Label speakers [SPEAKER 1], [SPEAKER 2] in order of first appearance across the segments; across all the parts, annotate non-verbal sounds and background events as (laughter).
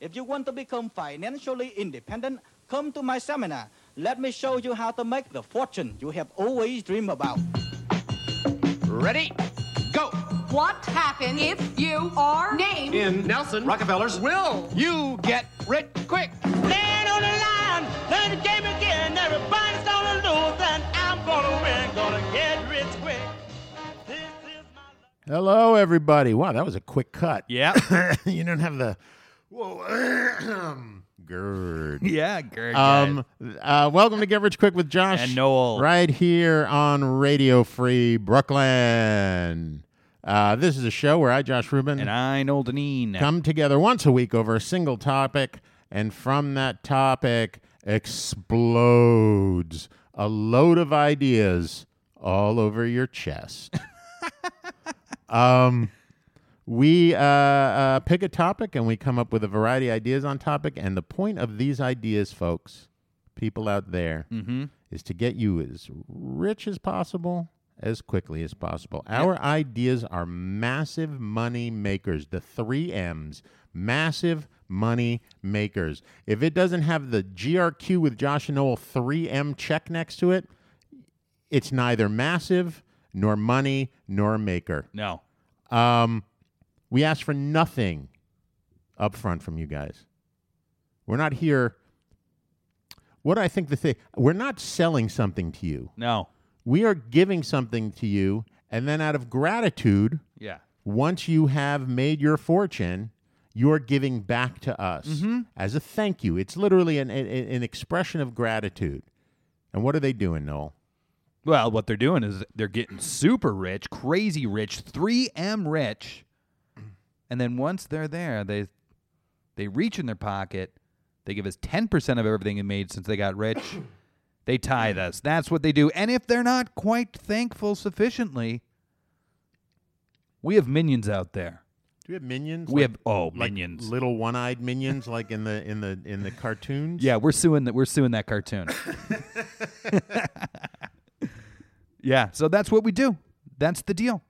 [SPEAKER 1] If you want to become financially independent, come to my seminar. Let me show you how to make the fortune you have always dreamed about.
[SPEAKER 2] Ready? Go!
[SPEAKER 3] What happens if you are named
[SPEAKER 2] In Nelson Rockefeller's will, you get rich quick.
[SPEAKER 4] Stand on the line, play the game again. Everybody's gonna lose, and I'm gonna win. Gonna get rich quick. This is my life.
[SPEAKER 5] Hello, everybody. Wow, that was a quick cut.
[SPEAKER 6] Yeah.
[SPEAKER 5] (laughs) (coughs) you don't have the (clears throat) whoa gird.
[SPEAKER 6] yeah, Gerd.
[SPEAKER 5] Um, uh, welcome to Get Rich Quick with Josh
[SPEAKER 6] And Noel.
[SPEAKER 5] right here on Radio Free Brooklyn. Uh, this is a show where I, Josh Rubin,
[SPEAKER 6] and I know Deneen.
[SPEAKER 5] come together once a week over a single topic, and from that topic explodes a load of ideas all over your chest. um, we uh, uh, pick a topic and we come up with a variety of ideas on topic, and the point of these ideas, folks, people out there, is to get you as rich as possible. As quickly as possible. Our ideas are massive money makers. The three M's massive money makers. If it doesn't have the GRQ with Josh and Noel 3M check next to it, it's neither massive nor money nor maker.
[SPEAKER 6] No.
[SPEAKER 5] Um, we ask for nothing up front from you guys. We're not here. What I think the thing, we're not selling something to you.
[SPEAKER 6] No.
[SPEAKER 5] We are giving something to you. And then out of gratitude,
[SPEAKER 6] Yeah.
[SPEAKER 5] once you have made your fortune, you're giving back to us as a thank you. It's literally an, an, an expression of gratitude. And what are they doing, Noel?
[SPEAKER 6] Well, what they're doing is they're getting super rich, crazy rich, 3M rich. And then once they're there, they they reach in their pocket, they give us 10% of everything they made since they got rich. (coughs) they tithe us. That's what they do. And if they're not quite thankful sufficiently, we have minions out there.
[SPEAKER 5] Do we have minions?
[SPEAKER 6] We
[SPEAKER 5] Like-
[SPEAKER 6] have oh,
[SPEAKER 5] like
[SPEAKER 6] minions.
[SPEAKER 5] little one-eyed minions, like in the in the in
[SPEAKER 6] (laughs)
[SPEAKER 5] the cartoons.
[SPEAKER 6] Yeah, we're suing that. We're suing
[SPEAKER 5] (laughs)
[SPEAKER 6] that cartoon. yeah, so that's what we do. That's the deal.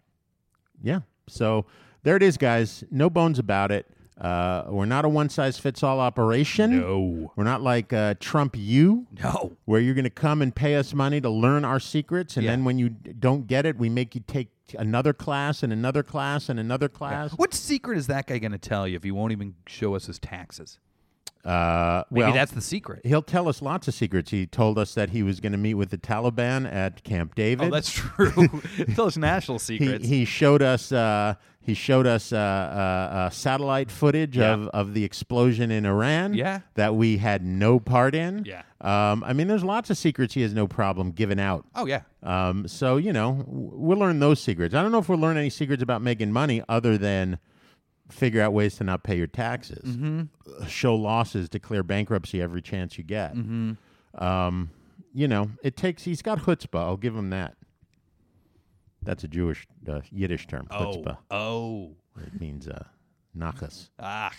[SPEAKER 5] yeah. So there it is, guys. No bones about it. Uh, we're not a one-size-fits-all operation.
[SPEAKER 6] No,
[SPEAKER 5] We're not like uh, Trump U,
[SPEAKER 6] no,
[SPEAKER 5] where you're going to come and pay us money to learn our secrets, and
[SPEAKER 6] Yeah.
[SPEAKER 5] then when you d- don't get it, we make you take another class and another class and another class.
[SPEAKER 6] What secret is that guy going to tell you if he won't even show us his taxes?
[SPEAKER 5] Uh,
[SPEAKER 6] Maybe
[SPEAKER 5] well,
[SPEAKER 6] that's the secret.
[SPEAKER 5] he'll tell us lots of secrets. He told us that he was going to meet with the Taliban at Camp David. (laughs)
[SPEAKER 6] Oh, that's true. (laughs) tell us national
[SPEAKER 5] he,
[SPEAKER 6] secrets.
[SPEAKER 5] he showed us uh, he showed us uh, uh, uh, satellite footage
[SPEAKER 6] Yeah.
[SPEAKER 5] of, of the explosion in Iran
[SPEAKER 6] Yeah.
[SPEAKER 5] that we had no part in.
[SPEAKER 6] Yeah.
[SPEAKER 5] Um, I mean, there's lots of secrets he has no problem giving out.
[SPEAKER 6] oh yeah,
[SPEAKER 5] Um, so, you know, w- we'll learn those secrets. I don't know if we'll learn any secrets about making money other than figure out ways to not pay your taxes,
[SPEAKER 6] Mm-hmm.
[SPEAKER 5] Uh, show losses, declare bankruptcy every chance you get.
[SPEAKER 6] Mm-hmm.
[SPEAKER 5] Um, you know, it takes, he's got chutzpah. I'll give him that. That's a Jewish, uh, Yiddish term, chutzpah.
[SPEAKER 6] oh,
[SPEAKER 5] It means uh, nachas.
[SPEAKER 6] ah,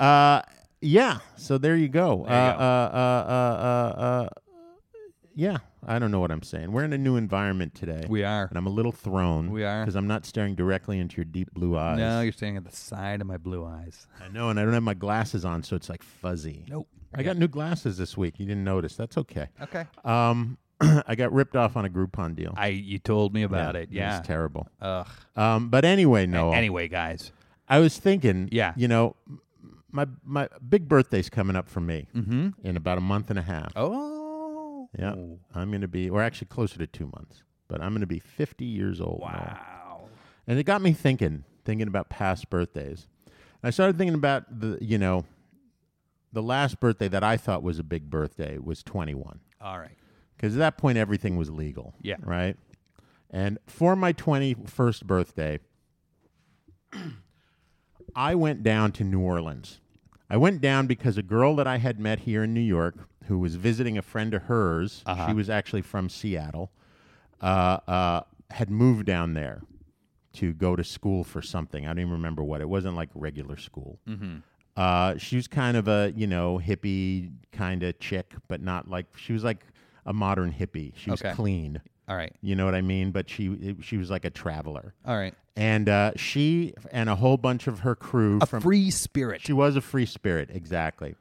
[SPEAKER 5] Uh, yeah. So there you go.
[SPEAKER 6] you
[SPEAKER 5] uh,
[SPEAKER 6] go.
[SPEAKER 5] Uh, uh, uh, uh, uh, yeah. I don't know what I'm saying. We're in a new environment today.
[SPEAKER 6] we are.
[SPEAKER 5] and I'm a little thrown.
[SPEAKER 6] We are.
[SPEAKER 5] because I'm not staring directly into your deep blue eyes.
[SPEAKER 6] No, you're standing at the side of my blue eyes.
[SPEAKER 5] I know, and I don't have my glasses on, so it's like fuzzy.
[SPEAKER 6] Nope.
[SPEAKER 5] I got new glasses this week. You didn't notice. That's okay.
[SPEAKER 6] Okay.
[SPEAKER 5] Um, (clears throat) I got ripped off on a Groupon deal.
[SPEAKER 6] I you told me about it. Yeah.
[SPEAKER 5] it's terrible.
[SPEAKER 6] Ugh.
[SPEAKER 5] Um, but anyway, Noel.
[SPEAKER 6] Anyway, guys.
[SPEAKER 5] I was thinking,
[SPEAKER 6] Yeah.
[SPEAKER 5] you know, m- my my big birthday's coming up for me
[SPEAKER 6] Mm-hmm.
[SPEAKER 5] in about a month and a half.
[SPEAKER 6] Oh.
[SPEAKER 5] Yeah, I'm going to be, or actually closer to two months, but I'm going to be 50 years old. Now.
[SPEAKER 6] Wow.
[SPEAKER 5] And it got me thinking, thinking about past birthdays. I started thinking about the, you know, the last birthday that I thought was a big birthday was 21,
[SPEAKER 6] All right.
[SPEAKER 5] because at that point everything was legal.
[SPEAKER 6] Yeah.
[SPEAKER 5] Right. And for my 21st birthday, (clears throat) I went down to New Orleans. I went down because a girl that I had met here in New York who was visiting a friend of hers, she was actually from Seattle, uh, uh, had moved down there to go to school for something. I don't even remember what. It wasn't like regular school. Uh, she was kind of a, you know, hippie kind of chick, but not like, she was like a modern hippie. She was
[SPEAKER 6] Okay.
[SPEAKER 5] clean.
[SPEAKER 6] All right.
[SPEAKER 5] You know what I mean? But she she was like a traveler,
[SPEAKER 6] All right.
[SPEAKER 5] and uh, she and a whole bunch of her crew
[SPEAKER 6] A
[SPEAKER 5] from
[SPEAKER 6] free spirit.
[SPEAKER 5] She was a free spirit, exactly.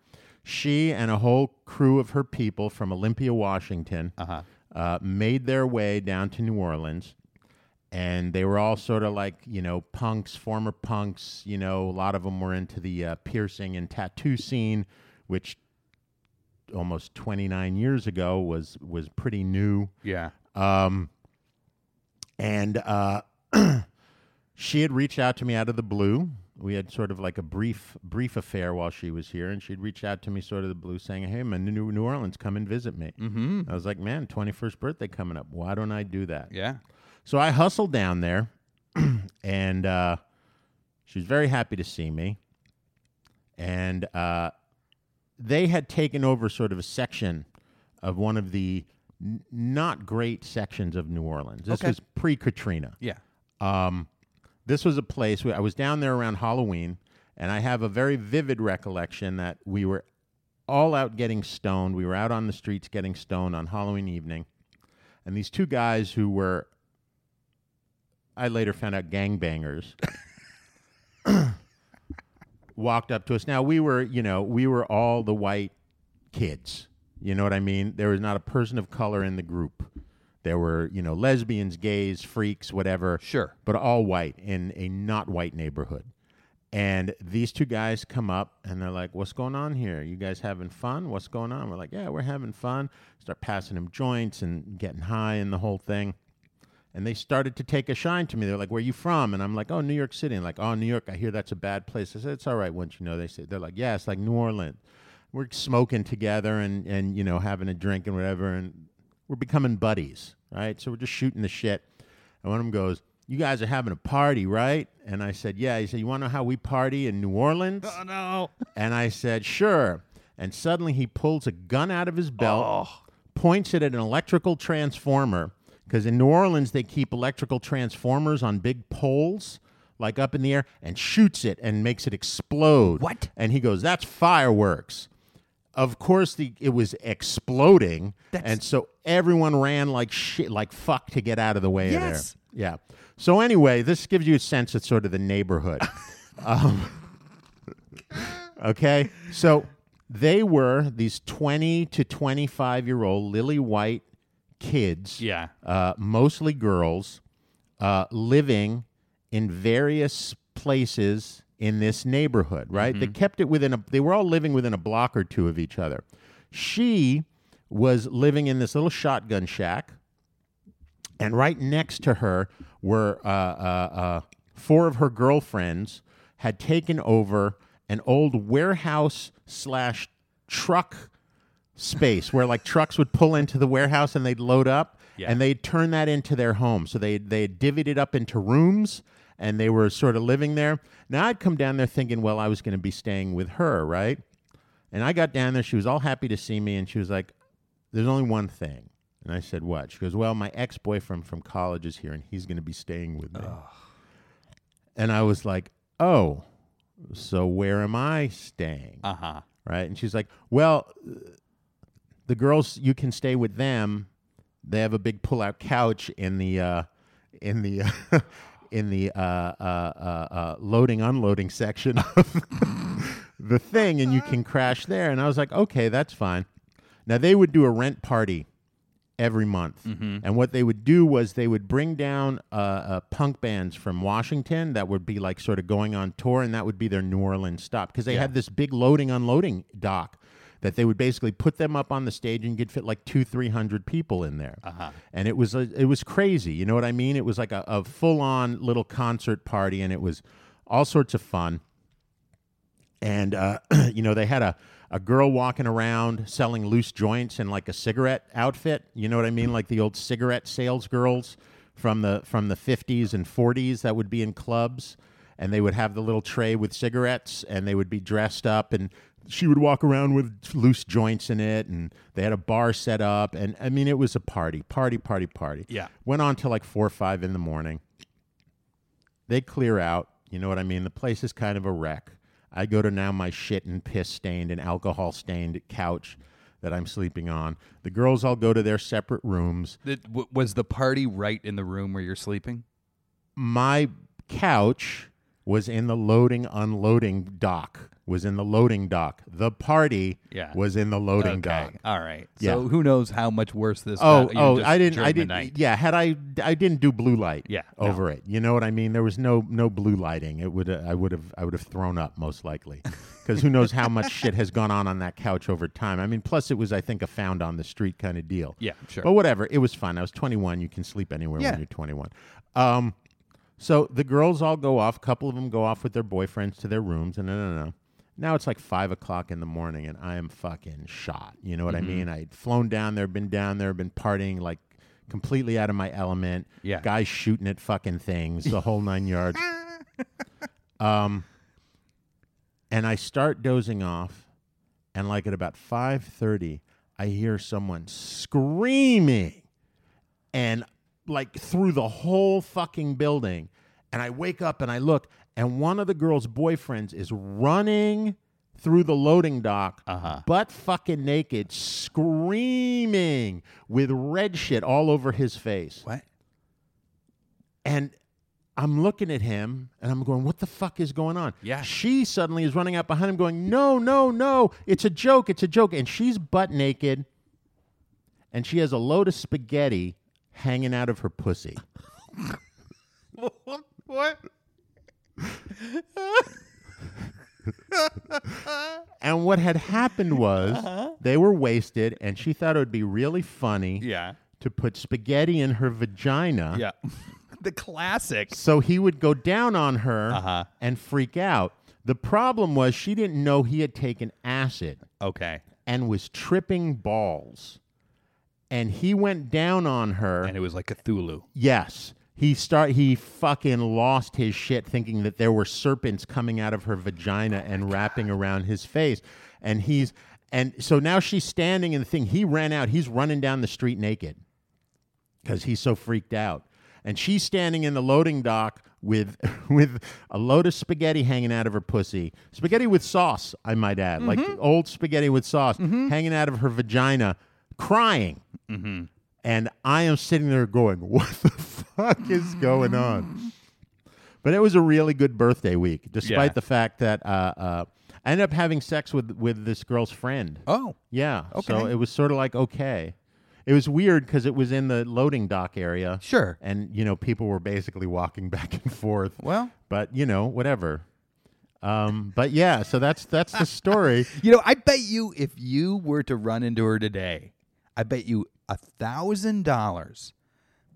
[SPEAKER 5] She and a whole crew of her people from Olympia, Washington, uh made their way down to New Orleans. And they were all sort of like, you know, punks, former punks. You know, a lot of them were into the uh, piercing and tattoo scene, which almost 29 years ago was was pretty new
[SPEAKER 6] yeah.
[SPEAKER 5] and uh, (clears throat) she had reached out to me out of the blue. We had sort of like a brief brief affair while she was here, and she'd reached out to me sort of the blue, saying, "Hey, I'm in New New Orleans. Come and visit me." Mm-hmm. I was like, "Man, 21st birthday coming up. Why don't I do that?"
[SPEAKER 6] Yeah.
[SPEAKER 5] So I hustled down there, (clears throat) and uh, she was very happy to see me. And uh, they had taken over sort of a section of one of the n- not great sections of New Orleans. This
[SPEAKER 6] Okay.
[SPEAKER 5] was pre Katrina.
[SPEAKER 6] Yeah.
[SPEAKER 5] This was a place where I was down there around Halloween, and I have a very vivid recollection that we were all out getting stoned. We were out on the streets getting stoned on Halloween evening. And these two guys who were, I later found out, gangbangers, walked up to us. Now, we were, you know, we were all the white kids. You know what I mean? There was not a person of color in the group. There were, you know, lesbians, gays, freaks, whatever.
[SPEAKER 6] Sure.
[SPEAKER 5] But all white in a not white neighborhood. And these two guys come up and they're like, What's going on here? You guys having fun? What's going on? We're like, Yeah, we're having fun. Start passing them joints and getting high and the whole thing. And they started to take a shine to me. They're like, Where you from? And I'm like, Oh, New York City. And like, Oh, New York, I hear that's a bad place. I said, It's all right once you know. They said, They're like, Yeah, it's like New Orleans. We're smoking together and, and you know, having a drink and whatever. And we're becoming buddies, right? So we're just shooting the shit. And one of them goes, You guys are having a party, right? And I said, Yeah. He said, You want to know how we party in New Orleans?
[SPEAKER 6] no.
[SPEAKER 5] And I said, Sure. And suddenly he pulls a gun out of his belt,
[SPEAKER 6] Oh.
[SPEAKER 5] points it at an electrical transformer. Because in New Orleans, they keep electrical transformers on big poles, like up in the air, and shoots it and makes it explode.
[SPEAKER 6] What?
[SPEAKER 5] And he goes, That's fireworks. Of course, the it was exploding, and so everyone ran like shit, like fuck, to get out of the way of there.
[SPEAKER 6] Yes.
[SPEAKER 5] Yeah. So anyway, this gives you a sense of sort of the neighborhood. (laughs) Okay. So they were these 20 to 25 year old lily white kids,
[SPEAKER 6] Yeah.
[SPEAKER 5] uh, mostly girls, uh, living in various places in this neighborhood, right? They kept it within a, they were all living within a block or two of each other. She was living in this little shotgun shack and right next to her were uh, uh, uh, four of her girlfriends had taken over an old warehouse slash truck space where like trucks would pull into the warehouse and they'd load up
[SPEAKER 6] Yeah.
[SPEAKER 5] and they'd turn that into their home so they they had divvied it up into rooms and they were sort of living there now i'd come down there thinking well i was going to be staying with her right and i got down there she was all happy to see me and she was like there's only one thing. And I said, what? She goes, well, my ex boyfriend from college is here and he's going to be staying with me. And I was like, oh, so where am I staying?
[SPEAKER 6] Uh huh.
[SPEAKER 5] right? And she's like, well, the girls, you can stay with them. They have a big pull-out couch in the uh, in the (laughs) in the uh, uh, uh, uh, loading unloading section of (laughs) the thing, and you can crash there. And I was like, okay, that's fine. Now they would do a rent party every month, and what they would do was they would bring down uh, uh, punk bands from Washington that would be like sort of going on tour, and that would be their New Orleans stop because they had this big loading unloading dock that they would basically put them up on the stage and you could fit like two, three hundred people in there. Uh-huh. And it was a, it was crazy. You know what I mean? It was like a, a full on little concert party, and it was all sorts of fun. And uh, (clears throat) you know, they had a a girl walking around selling loose joints in like a cigarette outfit. You know what I mean? Like the old cigarette sales girls from the from the fifties and forties that would be in clubs. And they would have the little tray with cigarettes, and they would be dressed up, and she would walk around with loose joints in it and they had a bar set up and i mean it was a party party party party
[SPEAKER 6] Yeah.
[SPEAKER 5] went on till like four or five in the morning they clear out you know what i mean the place is kind of a wreck i go to now my shit and piss stained and alcohol stained couch that I'm sleeping on. The girls all go to their separate rooms.
[SPEAKER 6] That w- was the party right in the room where you're sleeping?
[SPEAKER 5] My couch was in the loading unloading dock. Was in the loading dock. The party
[SPEAKER 6] Yeah.
[SPEAKER 5] was in the loading dock.
[SPEAKER 6] Okay. All right. So
[SPEAKER 5] Yeah.
[SPEAKER 6] who knows how much worse this
[SPEAKER 5] Oh,
[SPEAKER 6] got, you know,
[SPEAKER 5] oh,
[SPEAKER 6] just
[SPEAKER 5] I didn't, I
[SPEAKER 6] during the
[SPEAKER 5] didn't.
[SPEAKER 6] night.
[SPEAKER 5] Yeah, had I, I didn't do blue light.
[SPEAKER 6] Yeah, no.
[SPEAKER 5] over it. You know what I mean? There was no, no blue lighting. It would, I would have, I would have thrown up most
[SPEAKER 6] (laughs)
[SPEAKER 5] likely, because who knows how much shit has gone on on that couch over time. I mean, plus it was, I think, a found on the street kind of deal.
[SPEAKER 6] Yeah, sure.
[SPEAKER 5] But whatever, it was fun. I was 21. You can sleep anywhere
[SPEAKER 6] Yeah.
[SPEAKER 5] when you're 21. Um, so the girls all go off. A couple of them go off with their boyfriends to their rooms, and no, no, no. Now it's like five o'clock in the morning, and I am fucking shot. You know what I mean? I'd flown down there, been down there, been partying like completely out of my element.
[SPEAKER 6] Yeah.
[SPEAKER 5] guys shooting at fucking things, the whole nine yards. um, and I start dozing off, and like at about five thirty, I hear someone screaming and like through the whole fucking building. And I wake up and I look, and one of the girl's boyfriends is running through the loading dock, butt fucking naked, screaming with red shit all over his face.
[SPEAKER 6] What?
[SPEAKER 5] And I'm looking at him and I'm going, what the fuck is going on?
[SPEAKER 6] Yeah.
[SPEAKER 5] She suddenly is running out behind him going, no, no, no, it's a joke, it's a joke. And she's butt naked and she has a load of spaghetti hanging out of her
[SPEAKER 6] (laughs)
[SPEAKER 5] pussy.
[SPEAKER 6] What?
[SPEAKER 5] And what had happened was they were wasted and she thought it would be really funny
[SPEAKER 6] Uh-huh. Yeah.
[SPEAKER 5] to put spaghetti in her vagina.
[SPEAKER 6] Yeah. (laughs) the classic.
[SPEAKER 5] So he would go down on her
[SPEAKER 6] Uh-huh.
[SPEAKER 5] and freak out. The problem was she didn't know he had taken acid
[SPEAKER 6] Okay.
[SPEAKER 5] and was tripping balls. And he went down on her.
[SPEAKER 6] And it was like Cthulhu.
[SPEAKER 5] yes. He start he fucking lost his shit thinking that there were serpents coming out of her
[SPEAKER 6] Oh
[SPEAKER 5] vagina and wrapping around his face. And he's and so now she's standing in the thing. He ran out. He's running down the street naked because he's so freaked out. And she's standing in the loading dock with (laughs) with a load of spaghetti hanging out of her pussy. Spaghetti with sauce, I might add, like old spaghetti with sauce hanging out of her vagina, crying. And I am sitting there going, (laughs) "What the fuck is going on?" But it was a really good birthday week, despite
[SPEAKER 6] Yeah.
[SPEAKER 5] the fact that uh, uh, I ended up having sex with with this girl's friend.
[SPEAKER 6] Oh.
[SPEAKER 5] Yeah. So
[SPEAKER 6] Okay.
[SPEAKER 5] it was sort of like okay. It was weird because it was in the loading dock area.
[SPEAKER 6] Sure.
[SPEAKER 5] And you know, people were basically walking (laughs) back and forth.
[SPEAKER 6] Well.
[SPEAKER 5] but you know, whatever. Um, but yeah, so that's that's the story.
[SPEAKER 6] You know, I bet you if you were to run into her today, I bet you a thousand dollars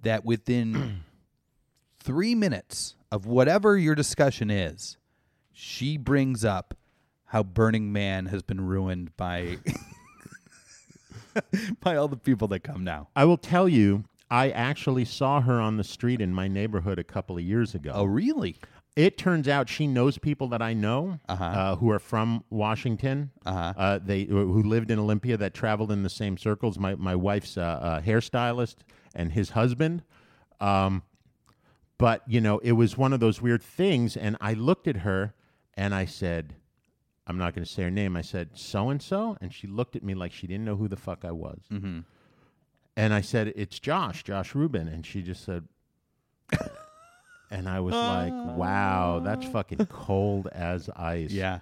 [SPEAKER 6] that within (clears throat) three minutes of whatever your discussion is, she brings up how Burning Man has been ruined by (laughs) by all the people that come now.
[SPEAKER 5] I will tell you, I actually saw her on the street in my neighborhood a couple of years ago.
[SPEAKER 6] Oh, really?
[SPEAKER 5] It turns out she knows people that I know
[SPEAKER 6] Uh-huh.
[SPEAKER 5] uh, who are from Washington. Uh-huh. they who lived in Olympia that traveled in the same circles. My my wife's uh, uh, hairstylist and his husband. Um, but you know, it was one of those weird things. And I looked at her and I said, "I'm not going to say her name." I said, "So and so," and she looked at me like she didn't know who the fuck I was. And I said, "It's Josh, Josh Rubin," and she just said. (laughs) And I was like, wow, that's fucking cold as ice.
[SPEAKER 6] Yeah.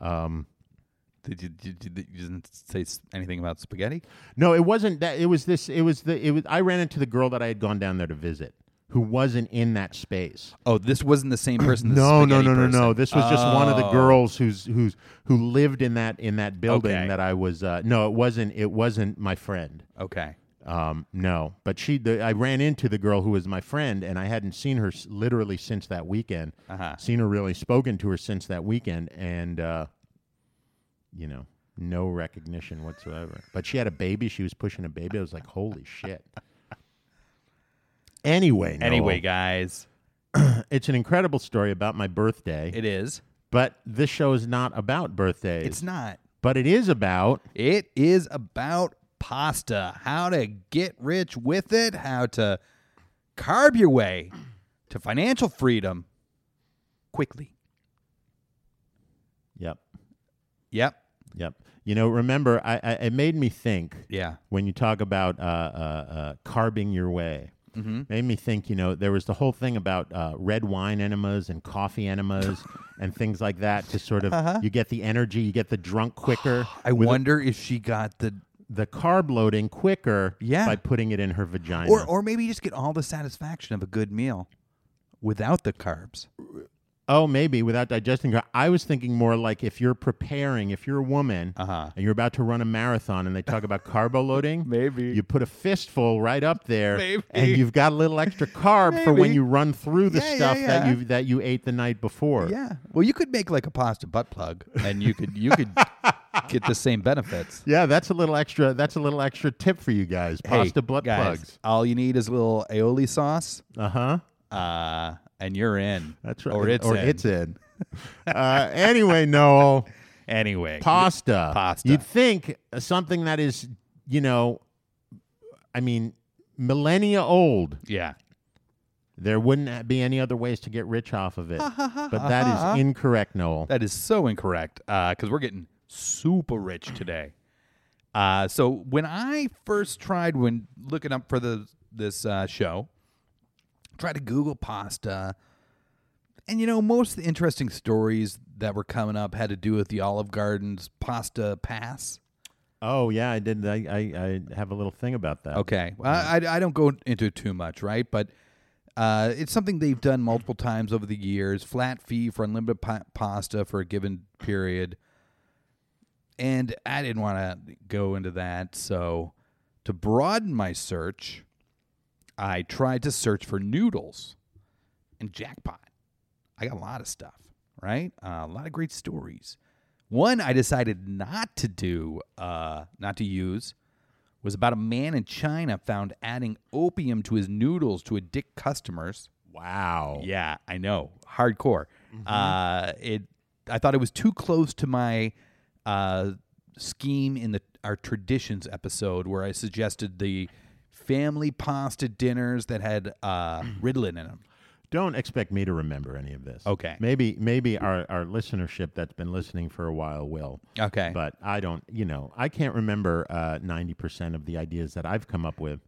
[SPEAKER 6] Um, did you, did you, did you didn't say s- anything about spaghetti?
[SPEAKER 5] No, it wasn't that. It was this. It was the. It was. I ran into the girl that I had gone down there to visit, who wasn't in that space.
[SPEAKER 6] Oh, this wasn't the same person. as
[SPEAKER 5] (clears throat)
[SPEAKER 6] the
[SPEAKER 5] No, no,
[SPEAKER 6] spaghetti
[SPEAKER 5] no, no, no.
[SPEAKER 6] person.
[SPEAKER 5] This was just one of the
[SPEAKER 6] Oh.
[SPEAKER 5] girls who's who's who lived in that in that building
[SPEAKER 6] Okay.
[SPEAKER 5] that I was. Uh, no, it wasn't. It wasn't my friend.
[SPEAKER 6] Okay.
[SPEAKER 5] Um, no, but she. The, I ran into the girl who was my friend, and I hadn't seen her s- literally since that weekend.
[SPEAKER 6] Uh-huh.
[SPEAKER 5] Seen her really, spoken to her since that weekend, and uh, you know, no recognition whatsoever. But she had a baby. She was pushing a baby. I was like, holy shit.
[SPEAKER 6] (laughs)
[SPEAKER 5] Anyway,
[SPEAKER 6] Anyway,
[SPEAKER 5] Noel,
[SPEAKER 6] guys,
[SPEAKER 5] it's an incredible story about my birthday.
[SPEAKER 6] it is.
[SPEAKER 5] But this show is not about birthdays.
[SPEAKER 6] It's not.
[SPEAKER 5] But it is about
[SPEAKER 6] It is about pasta, how to get rich with it, how to carve your way to financial freedom quickly.
[SPEAKER 5] yep.
[SPEAKER 6] Yep.
[SPEAKER 5] Yep. You know, remember, I, I it made me think.
[SPEAKER 6] Yeah.
[SPEAKER 5] When you talk about uh, uh, uh, carving your way,
[SPEAKER 6] Mm-hmm.
[SPEAKER 5] made me think. You know, there was the whole thing about uh, red wine enemas and coffee enemas
[SPEAKER 6] (laughs)
[SPEAKER 5] and things like that to sort of you get the energy, you get the drunk quicker.
[SPEAKER 6] Uh-huh. (sighs) I wonder if she got the
[SPEAKER 5] the carb loading quicker
[SPEAKER 6] Yeah.
[SPEAKER 5] by putting it in her vagina.
[SPEAKER 6] or or maybe you just get all the satisfaction of a good meal without the carbs.
[SPEAKER 5] oh, maybe without digesting car. I was thinking more like if you're preparing, if you're a woman
[SPEAKER 6] Uh-huh.
[SPEAKER 5] and you're about to run a marathon and they talk about carbo loading,
[SPEAKER 6] (laughs) Maybe.
[SPEAKER 5] you put a fistful right up there
[SPEAKER 6] Maybe.
[SPEAKER 5] and you've got a little extra carb for when
[SPEAKER 6] Maybe.
[SPEAKER 5] you run through the
[SPEAKER 6] Yeah, yeah,
[SPEAKER 5] stuff
[SPEAKER 6] yeah.
[SPEAKER 5] that you that you ate the night before.
[SPEAKER 6] Yeah. Well, you could make like a pasta butt plug and you could you (laughs) could get the same benefits.
[SPEAKER 5] Yeah, that's a little extra. That's a little extra tip for you guys. Pasta
[SPEAKER 6] Hey,
[SPEAKER 5] butt
[SPEAKER 6] guys,
[SPEAKER 5] plugs.
[SPEAKER 6] All you need is a little aioli sauce,
[SPEAKER 5] Uh huh.
[SPEAKER 6] uh, and you're in.
[SPEAKER 5] That's right.
[SPEAKER 6] Or it's
[SPEAKER 5] or
[SPEAKER 6] in.
[SPEAKER 5] it's in. uh, anyway,
[SPEAKER 6] (laughs)
[SPEAKER 5] Noel.
[SPEAKER 6] anyway.
[SPEAKER 5] pasta.
[SPEAKER 6] Pasta.
[SPEAKER 5] You'd think uh, something that is, you know, I mean, millennia old.
[SPEAKER 6] yeah.
[SPEAKER 5] There wouldn't a- be any other ways to get rich off
[SPEAKER 6] (laughs)
[SPEAKER 5] of it. but that is incorrect, Noel.
[SPEAKER 6] That is so incorrect because we're getting super rich today. Uh, so when I first tried when looking up for the this uh, show, tried to Google pasta, and you know most of the interesting stories that were coming up had to do with the Olive Garden's pasta pass.
[SPEAKER 5] Oh yeah, I did. I, I I have a little thing about that.
[SPEAKER 6] Okay. Well, I, I- I don't go into it too much, right? But uh, it's something they've done multiple times over the years flat fee for unlimited pa- pasta for a given period. And I didn't want to go into that. So to broaden my search, I tried to search for noodles and jackpot. I got a lot of stuff, right? Uh, a lot of great stories. One I decided not to do, uh, not to use, was about a man in China found adding opium to his noodles to addict customers.
[SPEAKER 5] Wow.
[SPEAKER 6] Yeah, I know, hardcore. Uh, it, I thought it was too close to my uh, scheme in the our traditions episode where I suggested the family pasta dinners that had uh, Ritalin in them.
[SPEAKER 5] Don't expect me to remember any of this.
[SPEAKER 6] Okay.
[SPEAKER 5] Maybe maybe our our listenership that's been listening for a while will.
[SPEAKER 6] Okay.
[SPEAKER 5] But I don't. You know, I can't remember uh, ninety percent of the ideas that I've come up with.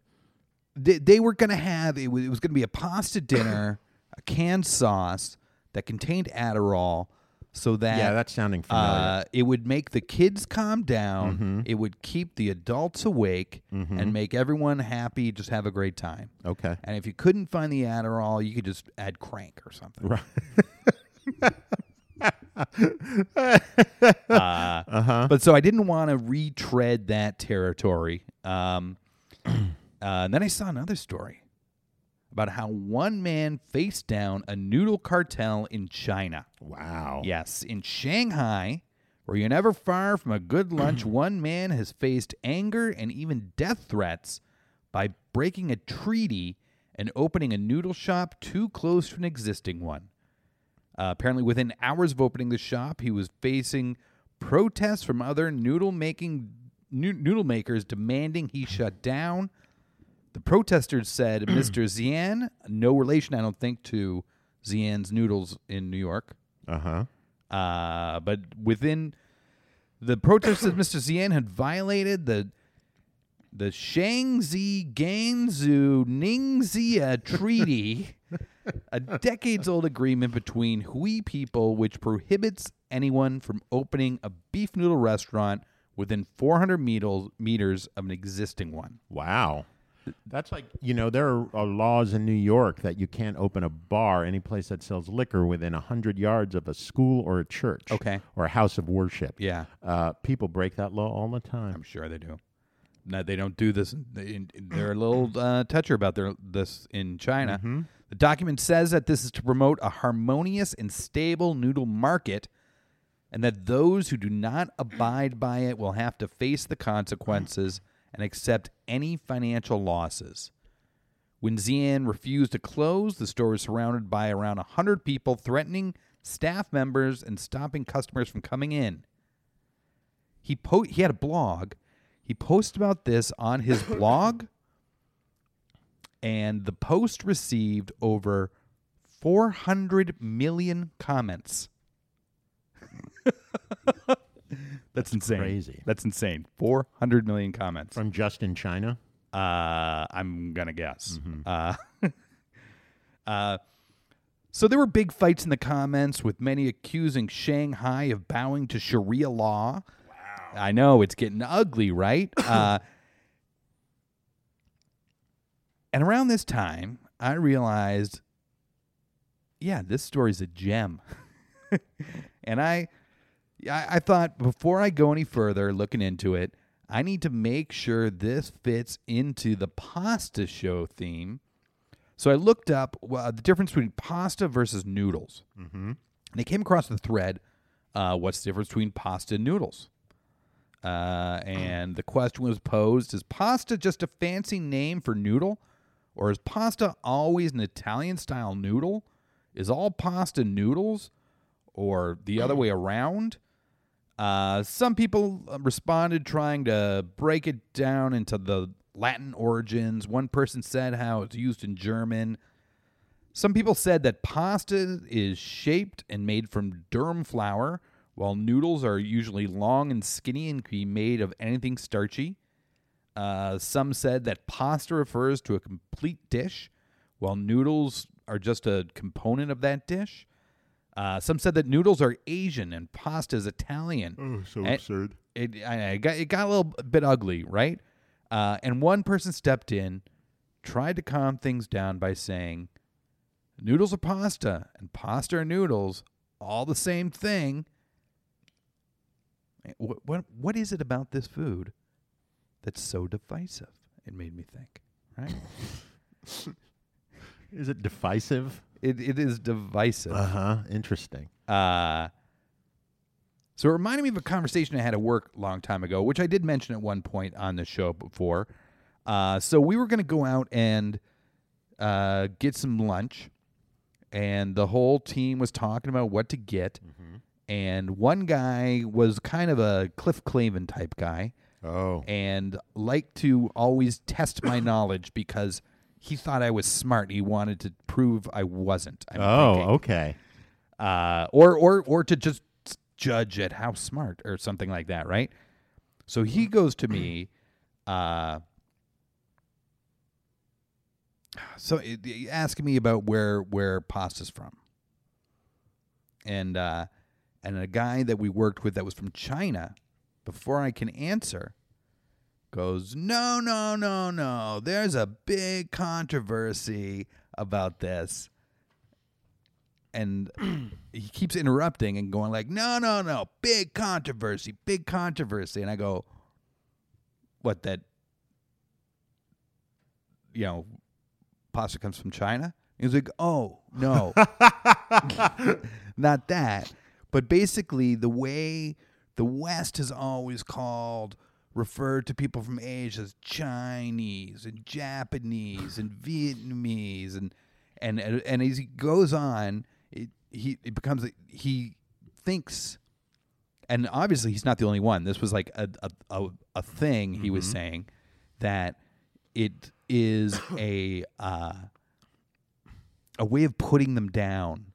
[SPEAKER 6] they, they were going to have it was, it was going to be a pasta dinner, a canned sauce that contained Adderall, so that
[SPEAKER 5] Yeah, that's sounding familiar. Mm-hmm.
[SPEAKER 6] uh, it would make the kids calm down. It would keep the adults awake and make everyone happy. Just have a great time.
[SPEAKER 5] okay.
[SPEAKER 6] And if you couldn't find the Adderall, you could just add crank or something. (laughs) Right.
[SPEAKER 5] Uh-huh.
[SPEAKER 6] But so I didn't want to retread that territory. Um, (clears throat) uh, and then I saw another story about how one man faced down a noodle cartel in China.
[SPEAKER 5] Wow.
[SPEAKER 6] Yes, in Shanghai, where you're never far from a good lunch, one man has faced anger and even death threats by breaking a treaty and opening a noodle shop too close to an existing one. Uh, apparently, within hours of opening the shop, he was facing protests from other noodle making noo- noodle makers demanding he shut down. The protesters said, "Mr. Xian, no relation, I don't think, to Xian's noodles in New York."
[SPEAKER 5] Uh huh.
[SPEAKER 6] Uh, but within the protests that (coughs) Mr. Xian had violated the the Shangzi Ganzu Ningxia Treaty, a decades old agreement between Hui people which prohibits anyone from opening a beef noodle restaurant within 400 meters, meters of an existing one.
[SPEAKER 5] Wow. That's like, you know, there are, are laws in New York that you can't open a bar, any place that sells liquor within 100 yards of a school or a church.
[SPEAKER 6] Okay.
[SPEAKER 5] Or a house of worship.
[SPEAKER 6] Yeah.
[SPEAKER 5] Uh, people break that law all the time.
[SPEAKER 6] I'm sure they do. No, they don't do this. In, in- they're a little uh, toucher about their this in China. The document says that this is to promote a harmonious and stable noodle market, and that those who do not abide by it will have to face the consequences and accept any financial losses. When Xi'an refused to close, the store was surrounded by around 100 people threatening staff members and stopping customers from coming in he po- he had a blog. He posted about this on his blog, and the post received over 400 million comments. That's, insane.
[SPEAKER 5] crazy.
[SPEAKER 6] That's insane. 400 million comments.
[SPEAKER 5] from just in China.
[SPEAKER 6] Uh, I'm gonna guess. Uh, (laughs) uh, so there were big fights in the comments, with many accusing Shanghai of bowing to Sharia law. Wow. I know it's getting ugly, right? Uh, and around this time, I realized, yeah, this story's a gem. (laughs) and I, I, I thought before I go any further looking into it, I need to make sure this fits into the pasta show theme. So I looked up uh, the difference between pasta versus noodles. Mm-hmm. And I came across the thread uh, what's the difference between pasta and noodles? Uh, and the question was posed is pasta just a fancy name for noodle? Or is pasta always an Italian style noodle? Is all pasta noodles? Or the other way around? Uh, some people uh, responded trying to break it down into the Latin origins. One person said how it's used in German. Some people said that pasta is shaped and made from durum flour, while noodles are usually long and skinny and can be made of anything starchy. Uh, some said that pasta refers to a complete dish, while noodles are just a component of that dish. Uh, some said that noodles are Asian and pasta is Italian. Oh, so absurd! It, I, I got, it got a little bit ugly, right? Uh, and one person stepped in, tried to calm things down by saying, "Noodles are pasta, and pasta are noodles, all the same thing." What what, what is it about this food that's so divisive? It made me think. (laughs) Right?
[SPEAKER 5] Is it divisive?
[SPEAKER 6] it it is divisive.
[SPEAKER 5] Uh huh. Interesting.
[SPEAKER 6] Uh, so it reminded me of a conversation I had at work a long time ago, which I did mention at one point on the show before. Uh, so we were going to go out and uh, get some lunch, and the whole team was talking about what to get. And one guy was kind of a Cliff Clavin type guy
[SPEAKER 5] Oh,
[SPEAKER 6] and liked to always test my knowledge because he thought I was smart. He wanted to prove I wasn't. I'm
[SPEAKER 5] oh,
[SPEAKER 6] thinking
[SPEAKER 5] okay.
[SPEAKER 6] uh, or or or to just judge at how smart or something like that, right? So he goes to me. Uh, so it, it- asking me about where where pasta's from, and uh, and a guy that we worked with that was from China. Before I can answer, goes, No, no, no, no. There's a big controversy about this. And he keeps interrupting and going like, No, no, no, big controversy, big controversy. And I go, What that you know, pasta comes from China? He's like, Oh, no. Not that. But basically the way the West has always called referred to people from Asia as Chinese and Japanese and Vietnamese and and and, and as he goes on, it he it becomes he thinks and obviously he's not the only one. This was like a a, a, a thing he was saying that it is a uh, a way of putting them down.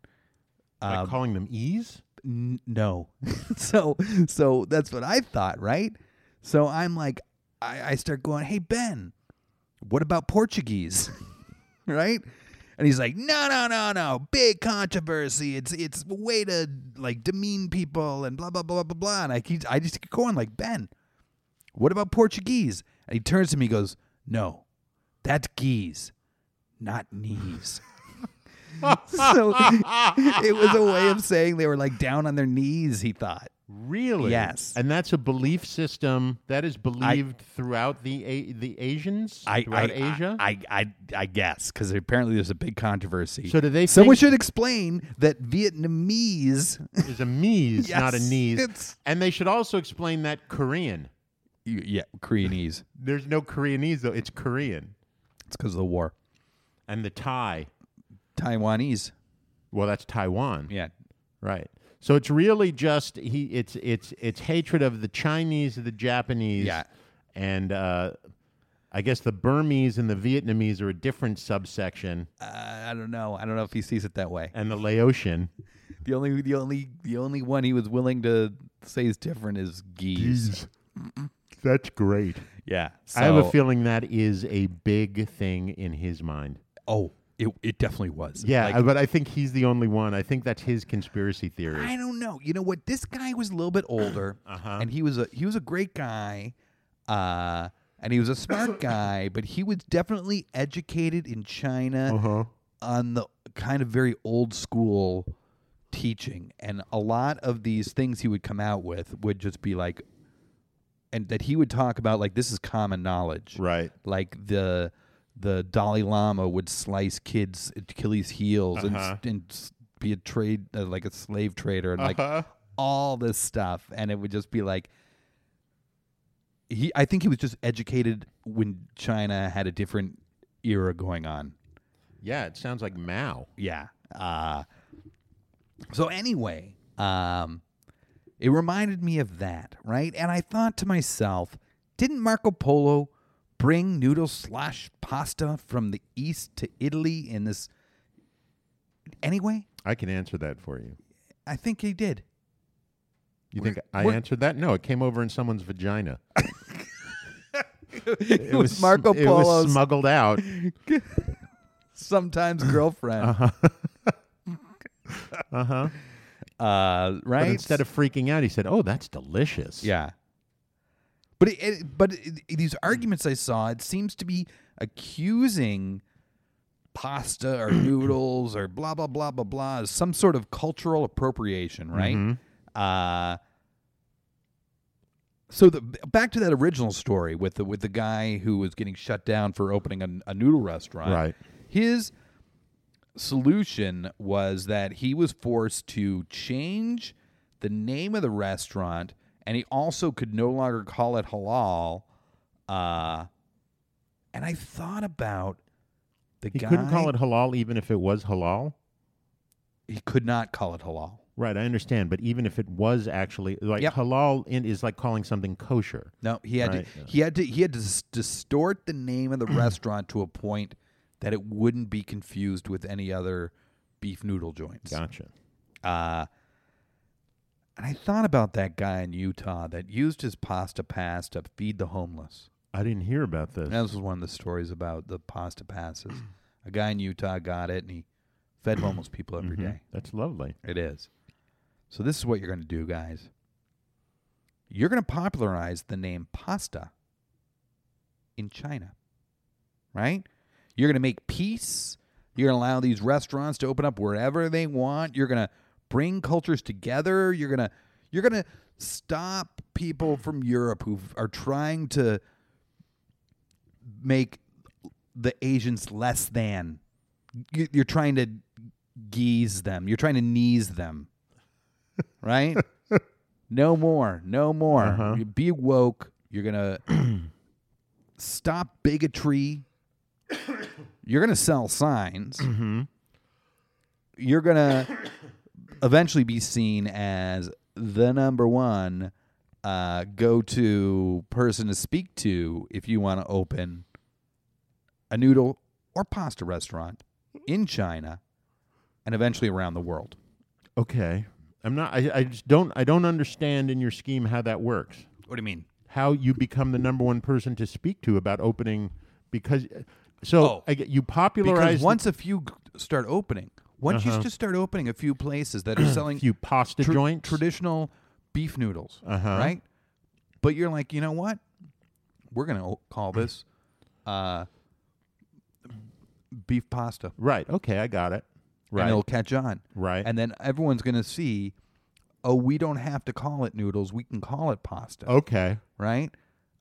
[SPEAKER 5] Like
[SPEAKER 6] um,
[SPEAKER 5] calling them ease.
[SPEAKER 6] N- no. (laughs) so so that's what I thought, right? So I'm like, I, I start going, hey Ben, what about Portuguese? (laughs) right? And he's like, no, no, no, no, big controversy. It's it's a way to like demean people and blah blah blah blah blah. And I keep I just keep going like Ben, what about Portuguese? And he turns to me, he goes, no, that's geese, not knees. (laughs) so it was a way (laughs) of saying they were like down on their knees. He thought.
[SPEAKER 5] Really?
[SPEAKER 6] Yes.
[SPEAKER 5] And that's a belief system that is believed throughout the a- the Asians
[SPEAKER 6] I, I,
[SPEAKER 5] throughout Asia.
[SPEAKER 6] I, I, I, I guess because apparently there's a big controversy.
[SPEAKER 5] So do they
[SPEAKER 6] Someone
[SPEAKER 5] think-
[SPEAKER 6] should explain that (laughs) Vietnamese.
[SPEAKER 5] is a mees, not a
[SPEAKER 6] Yes,
[SPEAKER 5] knees.
[SPEAKER 6] it's-
[SPEAKER 5] And they should also explain that Korean.
[SPEAKER 6] yeah, Koreanese.
[SPEAKER 5] There's no Koreanese though. It's Korean
[SPEAKER 6] It's because of the war.
[SPEAKER 5] and the Thai.
[SPEAKER 6] Taiwanese.
[SPEAKER 5] Well, that's Taiwan.
[SPEAKER 6] Yeah.
[SPEAKER 5] Right. So it's really just he. It's it's it's hatred of the Chinese, the Japanese,
[SPEAKER 6] Yeah.
[SPEAKER 5] and uh, I guess the Burmese and the Vietnamese are a different subsection,
[SPEAKER 6] Uh, I don't know. I don't know if he sees it that way.
[SPEAKER 5] and the Laotian.
[SPEAKER 6] The only the only the only one he was willing to say is different is geese.
[SPEAKER 5] That's great.
[SPEAKER 6] Yeah.
[SPEAKER 5] I have a
[SPEAKER 6] so-
[SPEAKER 5] feeling that is a big thing in his mind.
[SPEAKER 6] Oh, it it definitely was.
[SPEAKER 5] Yeah,
[SPEAKER 6] Like,
[SPEAKER 5] I- but I think he's the only one. I think that's his conspiracy theory.
[SPEAKER 6] I don't know. You know what? This guy was a little bit older, and he was a he was a great guy, uh, and he was a smart guy. But he was definitely educated in China on the kind of very old school teaching, and a lot of these things he would come out with would just be like, and that he would talk about like this is common knowledge,
[SPEAKER 5] Right.
[SPEAKER 6] like the the Dalai Lama would slice kids Achilles heels and s- and s- be a trade uh, like a slave trader and like all this stuff and it would just be like he I think he was just educated when China had a different era going on.
[SPEAKER 5] Yeah, it sounds like Mao.
[SPEAKER 6] Yeah. Uh so anyway, um it reminded me of that, right? And I thought to myself, didn't Marco Polo bring noodle slash pasta from the east to Italy in this anyway?
[SPEAKER 5] I can answer that for you.
[SPEAKER 6] I think he did.
[SPEAKER 5] You think I
[SPEAKER 6] we're-
[SPEAKER 5] answered that? No, it came over in someone's vagina.
[SPEAKER 6] It, was,
[SPEAKER 5] sm- (laughs)
[SPEAKER 6] Marco
[SPEAKER 5] It was
[SPEAKER 6] Polo's
[SPEAKER 5] smuggled out. (laughs)
[SPEAKER 6] sometimes girlfriend. (laughs) Uh-huh. uh-huh. right?
[SPEAKER 5] But instead of freaking out, he said, "Oh, that's delicious."
[SPEAKER 6] Yeah. But it, it- but it, these arguments I saw, it seems to be accusing pasta or (clears throat) noodles or blah blah blah blah blah as some sort of cultural appropriation, right?
[SPEAKER 5] Mm-hmm.
[SPEAKER 6] Uh so the back to that original story with the with the guy who was getting shut down for opening a, a noodle restaurant.
[SPEAKER 5] Right.
[SPEAKER 6] His solution was that he was forced to change the name of the restaurant and he also could no longer call it halal uh and i thought about the
[SPEAKER 5] he
[SPEAKER 6] guy
[SPEAKER 5] couldn't call it halal even if it was halal.
[SPEAKER 6] he could not call it halal
[SPEAKER 5] Right, I understand, but even if it was actually like
[SPEAKER 6] Yep.
[SPEAKER 5] halal in, is like calling something kosher.
[SPEAKER 6] no he had
[SPEAKER 5] Right,
[SPEAKER 6] to
[SPEAKER 5] yeah.
[SPEAKER 6] he had to he had to s- distort the name
[SPEAKER 5] (clears throat)
[SPEAKER 6] of the restaurant to a point that it wouldn't be confused with any other beef noodle joints
[SPEAKER 5] Gotcha.
[SPEAKER 6] Uh, and I thought about that guy in Utah that used his pasta pass to feed the homeless.
[SPEAKER 5] I didn't hear about this.
[SPEAKER 6] And that was one of the stories about the pasta passes. A guy in Utah got it and he fed homeless people every
[SPEAKER 5] Mm-hmm.
[SPEAKER 6] day.
[SPEAKER 5] That's lovely.
[SPEAKER 6] It is. So this is what you're going to do, guys. You're going to popularize the name pasta in China, right? You're going to make peace. You're going to allow these restaurants to open up wherever they want. You're going to bring cultures together. You're going to you're going to stop people from Europe who are trying to make the Asians less than. You- You're trying to geese them. You're trying to knees them, right? no more. No more. You Be woke. You're gonna stop bigotry. You're gonna sell signs. You're gonna (coughs) eventually be seen as the number one uh, go-to person to speak to if you want to open a noodle or pasta restaurant in China and eventually around the world.
[SPEAKER 5] Okay. I'm not I, I just don't I don't understand in your scheme how that works.
[SPEAKER 6] What do you mean?
[SPEAKER 5] How you become the number one person to speak to about opening because so
[SPEAKER 6] Oh.
[SPEAKER 5] I get you
[SPEAKER 6] Because
[SPEAKER 5] popularize the Uh-huh.
[SPEAKER 6] once a few g- start opening, once you just start opening a few places that are selling
[SPEAKER 5] few pasta
[SPEAKER 6] tra-
[SPEAKER 5] joints. Uh-huh.
[SPEAKER 6] traditional beef noodles, right? But you're like, you know what? We're gonna o- call this uh, beef pasta,
[SPEAKER 5] right. Okay, I got it. Right.
[SPEAKER 6] and it'll catch on,
[SPEAKER 5] Right.
[SPEAKER 6] And then everyone's gonna see, oh, we don't have to call it noodles; we can call it pasta.
[SPEAKER 5] okay.
[SPEAKER 6] right?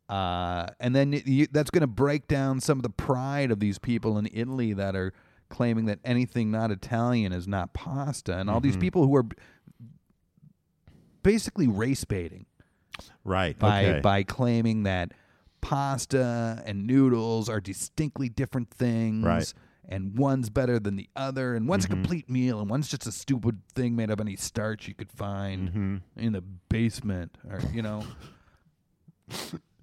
[SPEAKER 6] Uh, and then y you, that's going to break down some of the pride of these people in Italy that are claiming that anything not Italian is not pasta, and all these
[SPEAKER 5] Mm-hmm.
[SPEAKER 6] people who are b- basically race baiting
[SPEAKER 5] Right.
[SPEAKER 6] by
[SPEAKER 5] okay.
[SPEAKER 6] by claiming that pasta and noodles are distinctly different things.
[SPEAKER 5] Right. Mm-hmm.
[SPEAKER 6] And one's better than the other, and one's a complete meal, and one's just a stupid thing made of any starch you could find
[SPEAKER 5] Mm-hmm.
[SPEAKER 6] in the basement, or you know,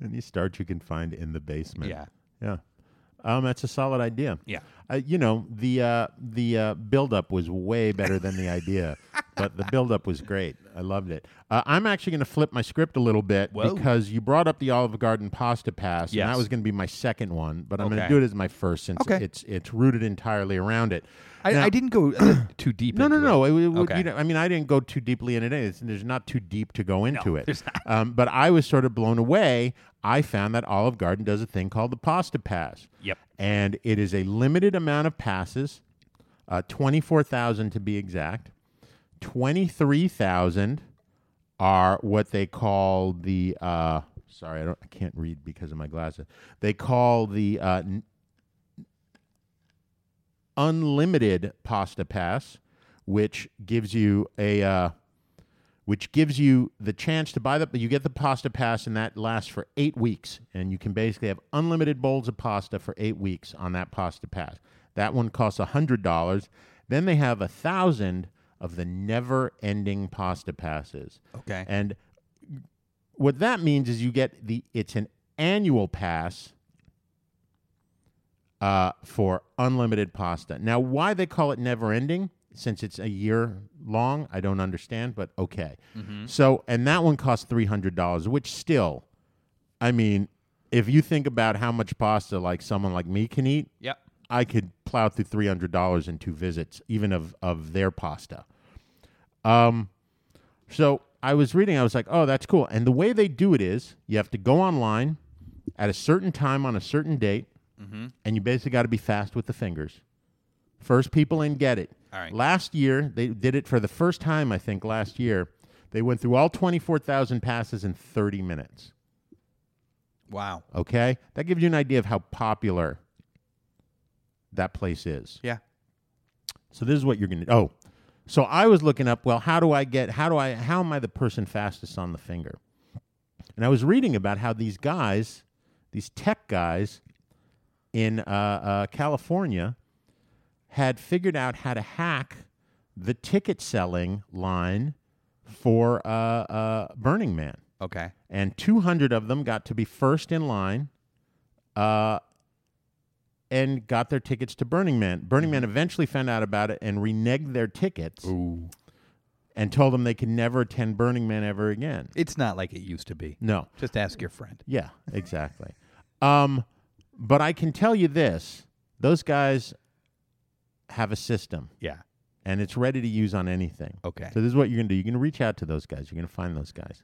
[SPEAKER 5] Any starch you can find in the basement.
[SPEAKER 6] yeah.
[SPEAKER 5] Yeah. Um, that's a solid idea.
[SPEAKER 2] Yeah.
[SPEAKER 5] Uh, you know the uh, the uh, buildup was way better
[SPEAKER 2] (laughs)
[SPEAKER 5] than the idea, but the buildup was great. I loved it. Uh, I'm actually going to flip my script a little bit
[SPEAKER 2] Whoa.
[SPEAKER 5] because you brought up the Olive Garden pasta pass, and
[SPEAKER 2] Yes.
[SPEAKER 5] that was going to be my second one, but I'm going
[SPEAKER 2] Okay.
[SPEAKER 5] to do it as my first since
[SPEAKER 2] Okay.
[SPEAKER 5] it's it's rooted entirely around it.
[SPEAKER 2] I,
[SPEAKER 5] Now-
[SPEAKER 2] I didn't go uh, too deep.
[SPEAKER 5] no, no,
[SPEAKER 2] into
[SPEAKER 5] no.
[SPEAKER 2] It.
[SPEAKER 5] It would- would-
[SPEAKER 2] Okay.
[SPEAKER 5] you know, I mean, I didn't go too deeply in it. It's, there's not too deep to go into it.
[SPEAKER 2] there's not.
[SPEAKER 5] Um, but I was sort of blown away. I found that Olive Garden does a thing called the Pasta Pass.
[SPEAKER 2] Yep.
[SPEAKER 5] And it is a limited amount of passes, uh, 24,000 to be exact. 23,000 are what they call the. Uh, sorry, I, don't, I can't read because of my glasses. They call the uh, n- unlimited pasta pass, which gives you a uh, which gives you the chance to buy the you get the pasta pass and that lasts for eight weeks and you can basically have unlimited bowls of pasta for eight weeks on that pasta pass. That one costs hundred dollars. Then they have a thousand of the never ending pasta passes.
[SPEAKER 2] Okay.
[SPEAKER 5] And what that means is you get the it's an annual pass uh, for unlimited pasta. Now, why they call it never ending, since it's a year long, I don't understand, but okay. So, and that one costs $300, which still, I mean, if you think about how much pasta like someone like me can eat,
[SPEAKER 2] Yep.
[SPEAKER 5] I could plow through $300 in two visits, even of, of their pasta. Um, so I was reading, I was like, oh, that's cool. And the way they do it is you have to go online at a certain time on a certain date,
[SPEAKER 2] Mm-hmm.
[SPEAKER 5] and you basically got to be fast with the fingers. First people in get it.
[SPEAKER 2] All right.
[SPEAKER 5] Last year, they did it for the first time, I think, last year. They went through all 24,000 passes in 30 minutes.
[SPEAKER 2] Wow.
[SPEAKER 5] Okay? That gives you an idea of how popular that place is.
[SPEAKER 2] Yeah.
[SPEAKER 5] So this is what you're going to Oh. So I was looking up, well, how do I get how do I how am I the person fastest on the finger? And I was reading about how these guys, these tech guys in uh, uh, California had figured out how to hack the ticket selling line for uh, uh, Burning Man
[SPEAKER 2] Okay.
[SPEAKER 5] and 200 of them got to be first in line uh, and got their tickets to Burning Man. Burning Man eventually found out about it and reneged their tickets
[SPEAKER 2] Mm-hmm. Ooh.
[SPEAKER 5] and told them they could never attend Burning Man ever again.
[SPEAKER 2] It's not like it used to be.
[SPEAKER 5] No.
[SPEAKER 2] Just ask your friend.
[SPEAKER 5] Yeah, exactly. um, but I can tell you this those guys have a system.
[SPEAKER 2] Yeah.
[SPEAKER 5] and it's ready to use on anything.
[SPEAKER 2] Okay.
[SPEAKER 5] So this is what you're gonna do. You're gonna reach out to those guys. You're gonna find
[SPEAKER 2] (laughs)
[SPEAKER 5] those guys.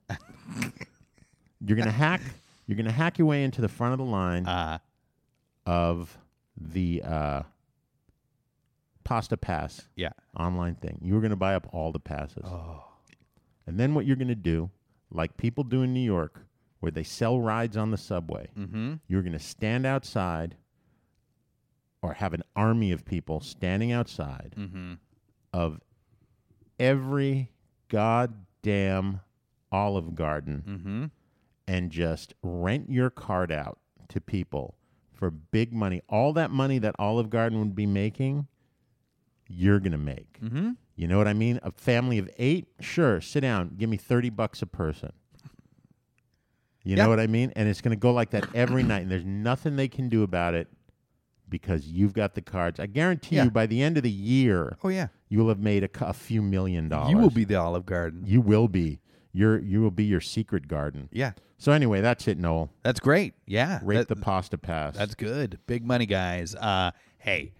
[SPEAKER 5] you're gonna hack. You're gonna hack your way into the front of the line
[SPEAKER 2] Uh,
[SPEAKER 5] of the uh, pasta pass
[SPEAKER 2] yeah.
[SPEAKER 5] online thing. You were gonna buy up all the passes. Oh. And then what you're gonna do, like people do in New York, where they sell rides on the subway,
[SPEAKER 2] Mm-hmm.
[SPEAKER 5] you're going to stand outside or have an army of people standing outside of every goddamn olive garden
[SPEAKER 2] Mm-hmm.
[SPEAKER 5] and just rent your card out to people for big money. All that money that Olive Garden would be making, you're going to make. Mm-hmm. You know what I mean? A family of eight? Sure, sit down. Give me 30 bucks a person. You
[SPEAKER 2] Yeah.
[SPEAKER 5] know what I mean? And it's going to go like that
[SPEAKER 2] (clears throat)
[SPEAKER 5] every night, and there's nothing they can do about it because you've got the cards. I guarantee
[SPEAKER 2] Yeah.
[SPEAKER 5] you, by the end of the year,
[SPEAKER 2] Oh yeah. Oh,
[SPEAKER 5] you will have made a, cou- a few million dollars.
[SPEAKER 2] You will be the Olive Garden.
[SPEAKER 5] You will be. Your you will be your secret garden.
[SPEAKER 2] Yeah.
[SPEAKER 5] So anyway, that's it, Noel.
[SPEAKER 2] That's great. Yeah.
[SPEAKER 5] Rate
[SPEAKER 2] That-
[SPEAKER 5] the pasta pass.
[SPEAKER 2] That's good. Big money, guys. Uh, hey,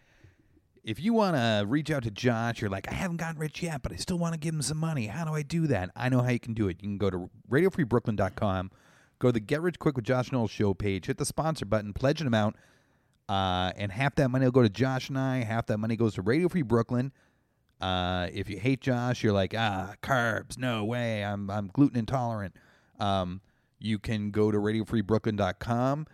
[SPEAKER 2] if you want to reach out to Josh, you're like, I haven't gotten rich yet, but I still want to give him some money. How do I do that? I know how you can do it. You can go to radiofreebrooklyn.com, go to the Get Rich Quick with Josh Knowles show page, hit the sponsor button, pledge an amount, uh, and half that money will go to Josh and I. Half that money goes to Radio Free Brooklyn. Uh, if you hate Josh, you're like, ah, carbs, no way, I'm I'm gluten intolerant. Um, you can go to radiofreebrooklyn.com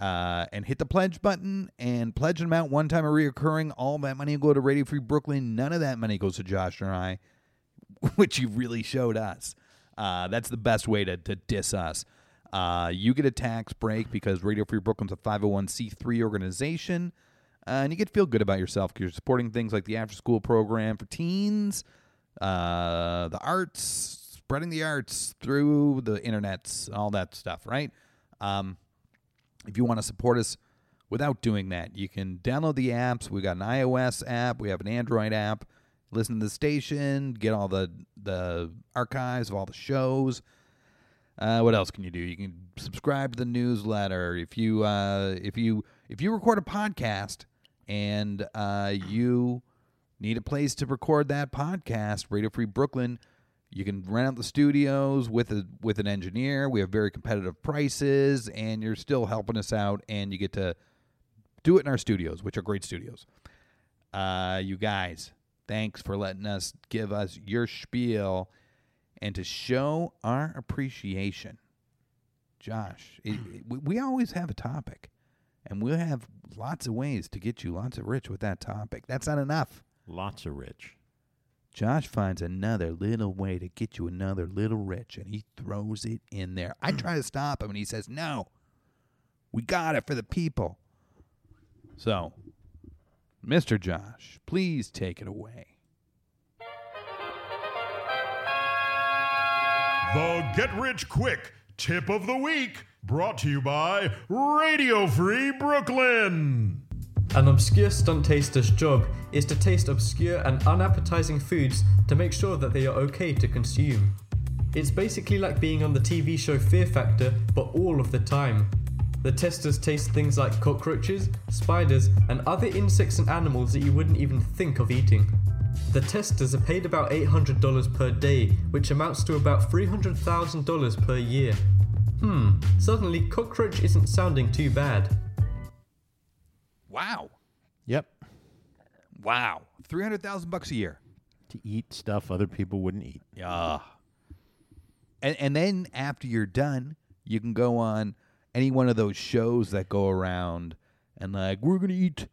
[SPEAKER 2] uh, and hit the pledge button and pledge an amount one time or reoccurring. All that money will go to Radio Free Brooklyn. None of that money goes to Josh or I, (laughs) which you really showed us. Uh, that's the best way to, to diss us. Uh, you get a tax break because Radio Free Brooklyn's a 501c3 organization. Uh, and you get to feel good about yourself because you're supporting things like the after school program for teens, uh, the arts, spreading the arts through the internets, all that stuff, right? Um, if you want to support us
[SPEAKER 6] without doing that. You can download the apps. We got an iOS app, we have an Android app. Listen to the station, get all the the archives of all the shows. Uh, what else can you do? You can subscribe to the newsletter. If you uh, if you if you record a podcast and uh, you need a place to record that podcast, Radio Free Brooklyn, you can rent out the studios with a with an engineer. We have very competitive prices, and you're still helping us out, and you get to do it in our studios, which are great studios. Uh, you guys, thanks for letting us give us your spiel and to show our appreciation. Josh, it,
[SPEAKER 5] (clears throat)
[SPEAKER 6] it- we- we always have a topic, and we'll have lots of ways to get you lots of rich with that topic. That's not enough.
[SPEAKER 5] Lots of rich.
[SPEAKER 6] Josh finds another little way to get you another little rich, and he throws it in there. I try to stop him, and he says, No, we got it for the people. So, Mr. Josh, please take it away.
[SPEAKER 7] The Get Rich Quick Tip of the Week, brought to you by Radio Free Brooklyn.
[SPEAKER 8] An obscure stunt taster's job is to taste obscure and unappetizing foods to make sure that they are okay to consume. It's basically like being on the TV show Fear Factor, but all of the time. The testers taste things like cockroaches, spiders, and other insects and animals that you wouldn't even think of eating. The testers are paid about $800 per day, which amounts to about $300,000 per year. Hmm, suddenly cockroach isn't sounding too bad.
[SPEAKER 6] Wow.
[SPEAKER 5] Yep.
[SPEAKER 6] Wow. 300,000 bucks a year.
[SPEAKER 5] To eat stuff other people wouldn't eat.
[SPEAKER 6] Yeah. And and then after you're done, you can go on any one of those shows that go around and like we're gonna eat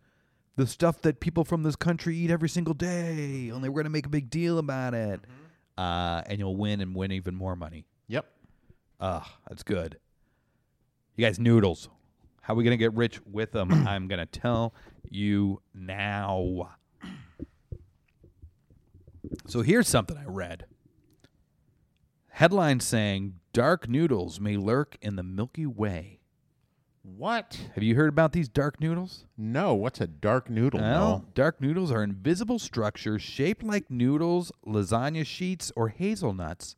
[SPEAKER 6] the stuff that people from this country eat every single day. Only we're gonna make a big deal about it. Uh, and you'll win and win even more money.
[SPEAKER 5] Yep.
[SPEAKER 6] Ugh, that's good. You guys, noodles. How are we gonna get rich with them? I'm gonna tell you now. So here's something I read. Headline saying dark noodles may lurk in the Milky Way.
[SPEAKER 5] What?
[SPEAKER 6] Have you heard about these dark noodles?
[SPEAKER 5] No, what's a dark noodle?
[SPEAKER 6] Well,
[SPEAKER 5] No.
[SPEAKER 6] dark noodles are invisible structures shaped like noodles, lasagna sheets, or hazelnuts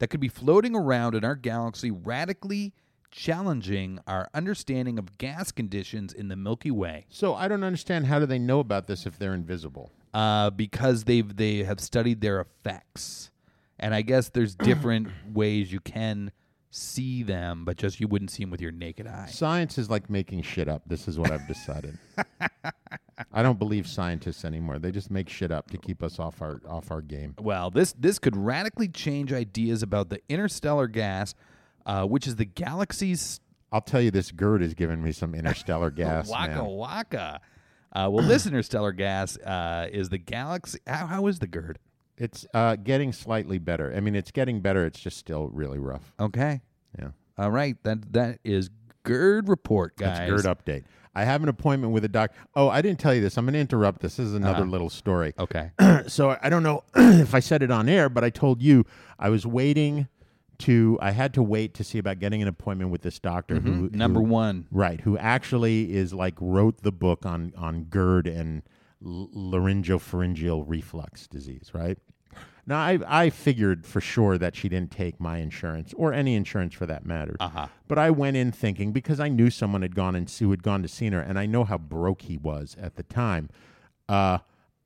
[SPEAKER 6] that could be floating around in our galaxy, radically challenging our understanding of gas conditions in the Milky Way.
[SPEAKER 5] So I don't understand how do they know about this if they're invisible?
[SPEAKER 6] uh, because they've they have studied their effects, and I guess there's different ways you can see them, but just you wouldn't see them with your naked eye.
[SPEAKER 5] Science is like making shit up. This is what
[SPEAKER 2] (laughs)
[SPEAKER 5] I've decided. I don't believe scientists anymore. They just make shit up to keep us off our off our game.
[SPEAKER 6] Well, this this could radically change ideas about the interstellar gas, uh, which is the galaxy's
[SPEAKER 5] I'll tell you this GERD is giving me some
[SPEAKER 6] (laughs)
[SPEAKER 5] interstellar gas.
[SPEAKER 6] waka
[SPEAKER 5] man.
[SPEAKER 6] waka. Uh,
[SPEAKER 5] (clears throat)
[SPEAKER 6] well, this interstellar gas uh, is the galaxy. How, how is the GERD?
[SPEAKER 5] It's uh, getting slightly better. I mean, it's getting better. It's just still really rough.
[SPEAKER 6] Okay,
[SPEAKER 5] Yeah.
[SPEAKER 6] all right. That that is GERD report, guys.
[SPEAKER 5] That's GERD update. I have an appointment with a doc. Oh, I didn't tell you this. I'm going to interrupt this. This is another little story.
[SPEAKER 6] Uh-huh.
[SPEAKER 5] (clears throat)
[SPEAKER 6] Okay.
[SPEAKER 5] so I- I don't know if I said it on air, but I told you I was waiting to. I had to wait to see about getting an appointment with this doctor who
[SPEAKER 6] Mm-hmm. Number
[SPEAKER 5] who-
[SPEAKER 6] one.
[SPEAKER 5] right? Who actually is like wrote the book on on GERD and l- laryngopharyngeal reflux disease, right? Now I I figured for sure that she didn't take my insurance or any insurance for that matter. Uh-huh. But I went in thinking because I knew someone had gone and who had gone to see her, and I know how broke he was at the time. Uh,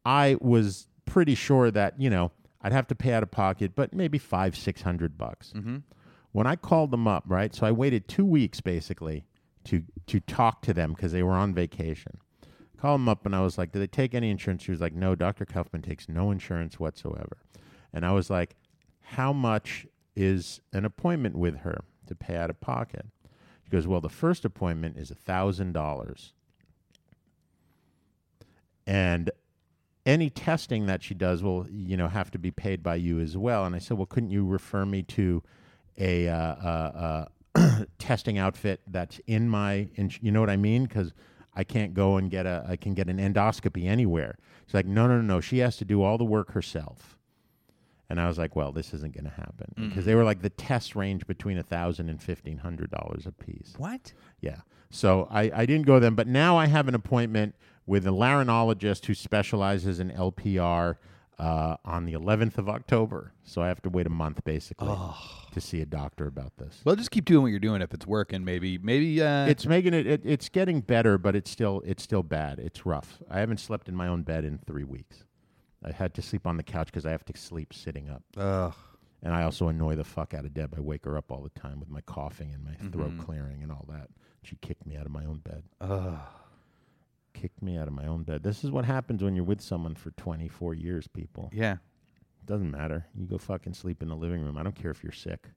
[SPEAKER 5] I was pretty sure that you know I'd have to pay out of pocket, but maybe five six hundred bucks when I called them up, right? So I waited two weeks basically to to talk to them because they were on vacation. Called them up and I was like, "Do they take any insurance?" She was like, "No, Dr. Kaufman takes no insurance whatsoever." And I was like, "How much is an appointment with her to pay out of pocket?" She goes, "Well, the first appointment is a thousand dollars." and any testing that she does will you know have to be paid by you as well and i said well couldn't you refer me to a uh, uh, uh, (coughs) testing outfit that's in my ins- you know what i mean because i can't go and get a i can get an endoscopy anywhere she's like no no no no she has to do all the work herself And I was like, well, this isn't going to happen because they were like the test range between a thousand and fifteen hundred dollars a piece.
[SPEAKER 6] What?
[SPEAKER 5] Yeah. So I, I didn't go to them, but now I have an appointment with a laryngeologist who specializes in LPR uh, on the 11th of October. So I have to wait a month basically to see a doctor about this.
[SPEAKER 6] Well, just keep doing what you're doing if it's working. Maybe, maybe uh,
[SPEAKER 5] It's making it, it it's getting better, but it's still it's still bad. It's rough. I haven't slept in my own bed in 3 weeks. I had to sleep on the couch cuz I have to sleep sitting up.
[SPEAKER 6] Ugh.
[SPEAKER 5] And I also annoy the fuck out of Deb. I wake her up all the time with my coughing and my
[SPEAKER 6] Mm-hmm.
[SPEAKER 5] throat clearing and all that. She kicked me out of my own bed. Kicked me out of my own bed. This is what happens when you're with someone for 24 years, people.
[SPEAKER 6] yeah.
[SPEAKER 5] Doesn't matter. You go fucking sleep in the living room. I don't care if you're sick.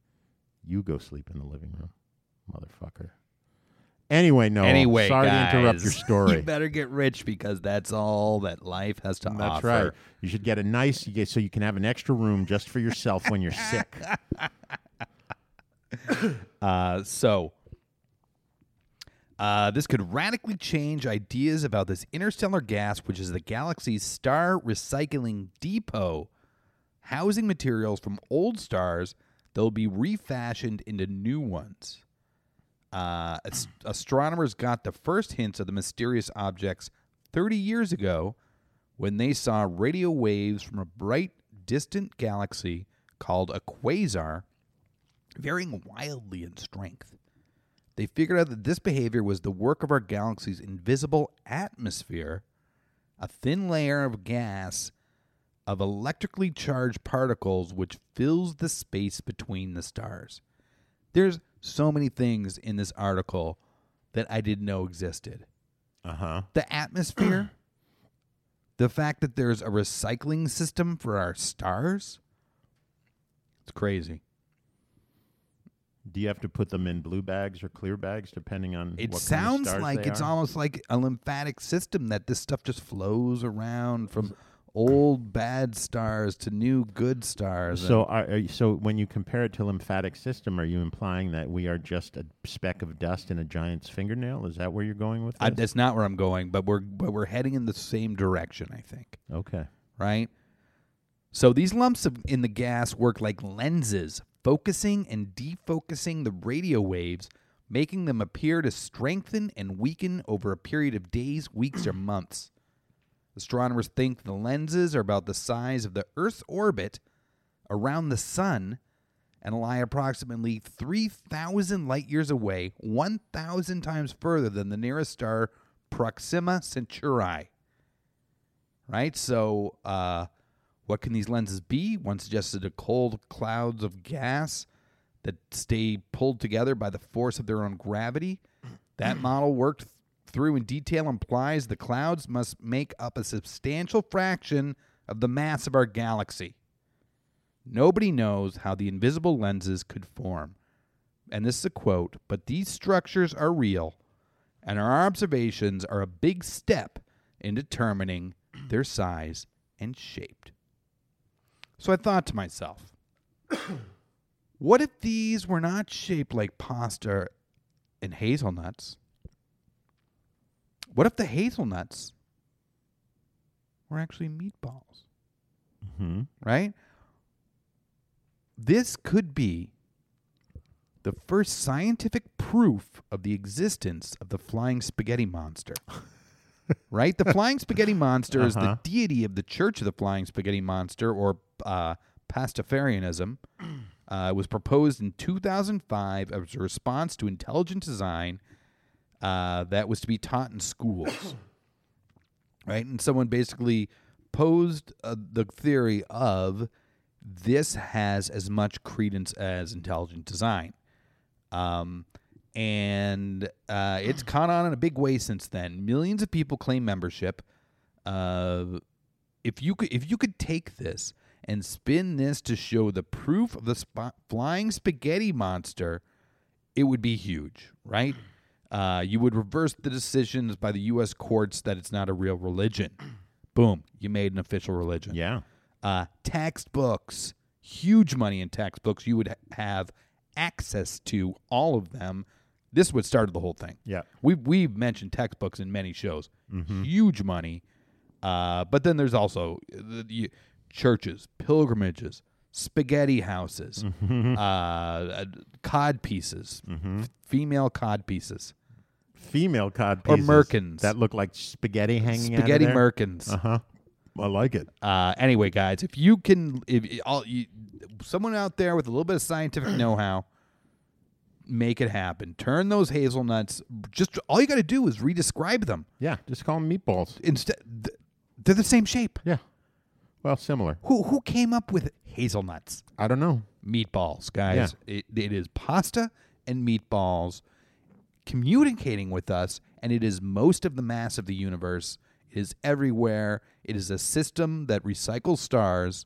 [SPEAKER 5] You go sleep in the living room, motherfucker. Anyway, no.
[SPEAKER 6] anyway,
[SPEAKER 5] sorry to interrupt your
[SPEAKER 6] guys, (laughs)
[SPEAKER 5] story.
[SPEAKER 6] you better get rich because that's all that life has to
[SPEAKER 5] That's
[SPEAKER 6] offer.
[SPEAKER 5] right. You should get a nice you get, so you can have an extra room just for yourself when you're
[SPEAKER 6] (laughs)
[SPEAKER 5] sick.
[SPEAKER 6] Uh, so, uh, this could radically change ideas about this interstellar gas, which is the galaxy's star recycling depot, housing materials from old stars that will be refashioned into new ones. Uh, ast- astronomers got the first hints of the mysterious objects 30 years ago when they saw radio waves from a bright, distant galaxy called a quasar varying wildly in strength. They figured out that this behavior was the work of our galaxy's invisible atmosphere, a thin layer of gas of electrically charged particles which fills the space between the stars. There's so many things in this article that I didn't know existed.
[SPEAKER 5] Uh-huh.
[SPEAKER 6] The atmosphere, (clears throat) the fact that there's a recycling system for our stars. It's crazy.
[SPEAKER 5] Do you have to put them in blue bags or clear bags, depending on? what
[SPEAKER 6] It
[SPEAKER 5] kind of
[SPEAKER 6] sounds
[SPEAKER 5] stars
[SPEAKER 6] like
[SPEAKER 5] they
[SPEAKER 6] it's
[SPEAKER 5] are?
[SPEAKER 6] almost like a lymphatic system that this stuff just flows around from old bad stars to new good stars.
[SPEAKER 5] So, are, are you, so when you compare it to lymphatic system, are you implying that we are just a speck of dust in a giant's fingernail? Is that where you're going with
[SPEAKER 6] I,
[SPEAKER 5] this?
[SPEAKER 6] that's not where I'm going, but we're but we're heading in the same direction, I think.
[SPEAKER 5] okay.
[SPEAKER 6] Right? So these lumps of, in the gas work like lenses, focusing and defocusing the radio waves, making them appear to strengthen and weaken over a period of days, weeks, or months. Astronomers think the lenses are about the size of the Earth's orbit around the sun and lie approximately 3,000 light years away, 1,000 times further than the nearest star, Proxima Centauri. Right? So, uh, what can these lenses be? One suggested a cold clouds of gas that stay pulled together by the force of their own gravity. That model worked th- through in detail implies the clouds must make up a substantial fraction of the mass of our galaxy. Nobody knows how the invisible lenses could form. And this is a quote, but these structures are real, and our observations are a big step in determining their size and shape. So I thought to myself, (coughs) what if these were not shaped like pasta and hazelnuts? What if the hazelnuts were actually meatballs?
[SPEAKER 5] hmm
[SPEAKER 6] right? This could be the first scientific proof of the existence of the flying spaghetti monster. right? The flying spaghetti monster is the deity of the Church of the Flying Spaghetti Monster or uh, Pastafarianism. Uh, it was proposed in 2005 as a response to intelligent design uh, that was to be taught in schools right? And someone basically posed uh, the theory of this has as much credence as intelligent design. Um, and uh, it's caught on in a big way since then. Millions of people claim membership. Uh, if you could, if you could take this and spin this to show the proof of the sp- flying spaghetti monster, it would be huge, right? Uh, you would reverse the decisions by the U.S. courts that it's not a real religion. Boom, you made an official religion
[SPEAKER 5] Yeah.
[SPEAKER 6] uh, textbooks, huge money in textbooks. You would ha- have access to all of them. This would start the whole thing.
[SPEAKER 5] Yeah. Mm-hmm.
[SPEAKER 6] we've we've mentioned textbooks in many shows. Huge money, uh, but then there's also uh, the, the churches, pilgrimages, spaghetti houses,
[SPEAKER 5] Mm-hmm.
[SPEAKER 6] uh, uh, cod pieces, f- female cod pieces,
[SPEAKER 5] Female cod
[SPEAKER 6] Or
[SPEAKER 5] pieces
[SPEAKER 6] merkins.
[SPEAKER 5] that look like spaghetti hanging
[SPEAKER 6] spaghetti
[SPEAKER 5] out of there.
[SPEAKER 6] merkins.
[SPEAKER 5] Uh huh. I like it.
[SPEAKER 6] Uh, anyway, guys, if you can, if all you, someone out there with a little bit of scientific know-how, make it happen. Turn those hazelnuts. Just all you got to do is redescribe them.
[SPEAKER 5] Yeah, just call them meatballs.
[SPEAKER 6] Instead, th- they're the same shape.
[SPEAKER 5] Yeah. Well, similar.
[SPEAKER 6] Who who came up with hazelnuts?
[SPEAKER 5] I don't know.
[SPEAKER 6] meatballs, guys. It, it is pasta and meatballs communicating with us, and it is most of the mass of the universe. It is everywhere. It is a system that recycles stars.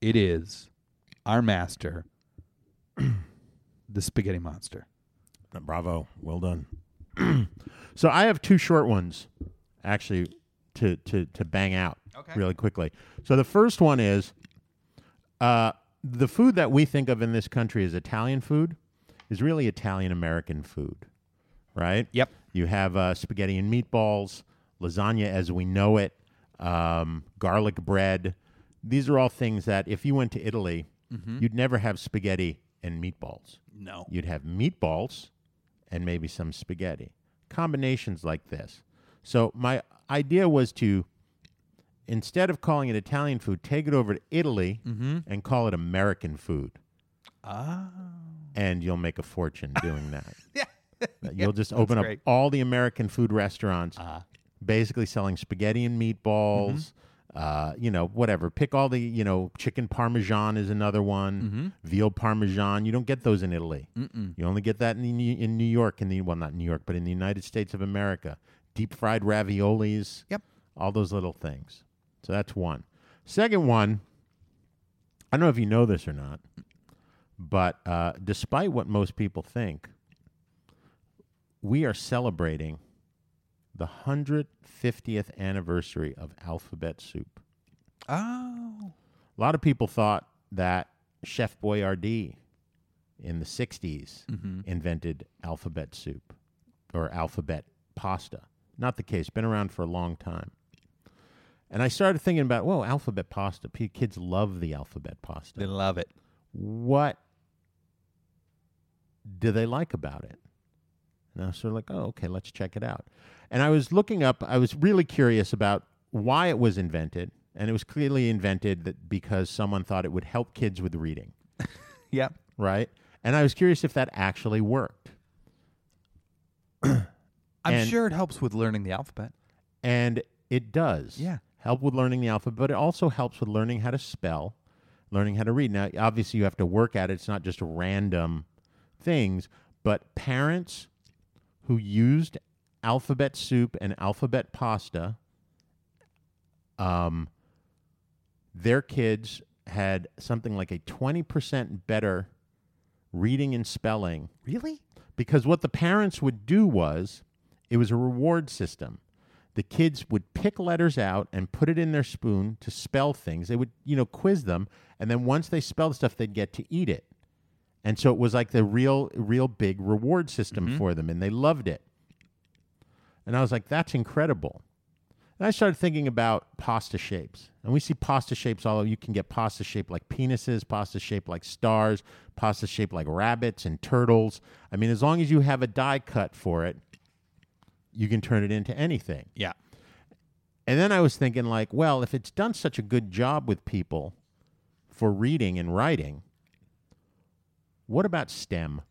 [SPEAKER 6] It is our master, (clears throat) the spaghetti monster.
[SPEAKER 5] Bravo. Well done. (clears throat) so I have two short ones actually to to to bang out really quickly. So the first one is uh the food that we think of in this country as Italian food is really Italian American food, right?
[SPEAKER 6] Yep.
[SPEAKER 5] You have uh, spaghetti and meatballs, lasagna as we know it, um, garlic bread. These are all things that if you went to Italy, you'd never have spaghetti and meatballs.
[SPEAKER 6] Mm-hmm. No.
[SPEAKER 5] You'd have meatballs and maybe some spaghetti. Combinations like this. So my idea was to instead of calling it Italian food, take it over to Italy and call it American food. And you'll make a fortune doing that.
[SPEAKER 6] (laughs) Yeah.
[SPEAKER 5] You'll just open up
[SPEAKER 6] great. Uh-huh.
[SPEAKER 5] all the American food restaurants, basically selling spaghetti and meatballs.
[SPEAKER 6] Mm-hmm.
[SPEAKER 5] Uh, you know, whatever. Pick all the, you know, chicken parmesan is another one.
[SPEAKER 6] Mm-hmm.
[SPEAKER 5] Veal parmesan. You don't get those in Italy. You only get that in the- in New York, in the well, not New York, but in the United States of America. Deep fried raviolis.
[SPEAKER 6] Yep.
[SPEAKER 5] All those little things. So that's one. Second one. I don't know if you know this or not, but uh, despite what most people think, we are celebrating the 150th anniversary of Alphabet Soup.
[SPEAKER 6] Oh.
[SPEAKER 5] A lot of people thought that Chef Boyardee in the 60s invented alphabet soup or alphabet pasta. Not the case, been around for a long time. And I started thinking about, whoa, alphabet pasta. P- kids love the alphabet pasta
[SPEAKER 6] They love it.
[SPEAKER 5] what do they like about it? And I was sort of like, oh, okay, let's check it out. And I was looking up, I was really curious about why it was invented. And it was clearly invented that because someone thought it would help kids with reading,
[SPEAKER 6] Yep.
[SPEAKER 5] right? And I was curious if that actually worked.
[SPEAKER 6] I'm
[SPEAKER 5] And-
[SPEAKER 6] sure it helps with learning the alphabet.
[SPEAKER 5] And it does.
[SPEAKER 6] Yeah.
[SPEAKER 5] Help with learning the alphabet, but it also helps with learning how to spell, learning how to read. Now, obviously, you have to work at it. It's not just random things, but parents who used alphabet soup and alphabet pasta, um, their kids had something like a 20% better reading and spelling
[SPEAKER 6] Really?
[SPEAKER 5] because what the parents would do was it was a reward system. The kids would pick letters out and put it in their spoon to spell things. They would, you know, quiz them, and then once they spelled stuff, they'd get to eat it. And so it was like the real, real big reward system for them, and they loved it. And I was like, that's incredible. And I started thinking about pasta shapes. And we see pasta shapes all over. You can get pasta shaped like penises, pasta shaped like stars, pasta shaped like rabbits and turtles. I mean, as long as you have a die cut for it, you can turn it into anything.
[SPEAKER 6] Yeah.
[SPEAKER 5] And then I was thinking, like, well, if it's done such a good job with people for reading and writing, what about STEM?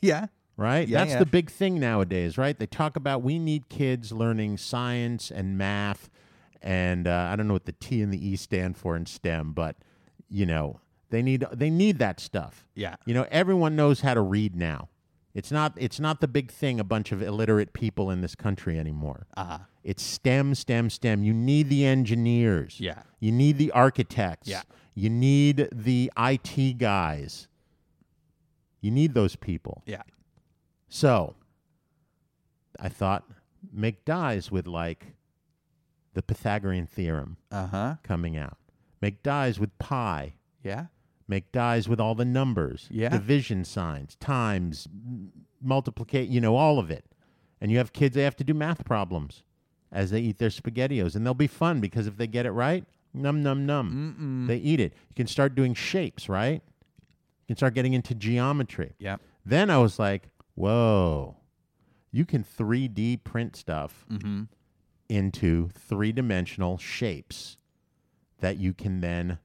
[SPEAKER 6] Yeah.
[SPEAKER 5] right?
[SPEAKER 6] Yeah,
[SPEAKER 5] That's
[SPEAKER 6] yeah.
[SPEAKER 5] the big thing nowadays, right? They talk about we need kids learning science and math, and uh, I don't know what the T and the E stand for in STEM, but you know they need they need that stuff.
[SPEAKER 6] Yeah.
[SPEAKER 5] you know everyone knows how to read now. It's not it's not the big thing a bunch of illiterate people in this country anymore. Uh-huh. It's STEM, STEM, STEM. You need the engineers.
[SPEAKER 6] Yeah.
[SPEAKER 5] You need the architects.
[SPEAKER 6] Yeah.
[SPEAKER 5] You need the IT guys. You need those people.
[SPEAKER 6] Yeah.
[SPEAKER 5] So I thought make dies with like the Pythagorean theorem
[SPEAKER 6] Uh huh.
[SPEAKER 5] coming out. Make dies with pi.
[SPEAKER 6] Yeah.
[SPEAKER 5] Make dies with all the numbers,
[SPEAKER 6] Yeah.
[SPEAKER 5] division signs, times, multiplicate, you know, all of it. And you have kids, they have to do math problems as they eat their SpaghettiOs. And they'll be fun because if they get it right, Num num num. They eat it. You can start doing shapes, right? You can start getting into geometry.
[SPEAKER 6] Yep.
[SPEAKER 5] Then I was like, whoa, you can 3D print stuff into three dimensional shapes that you can then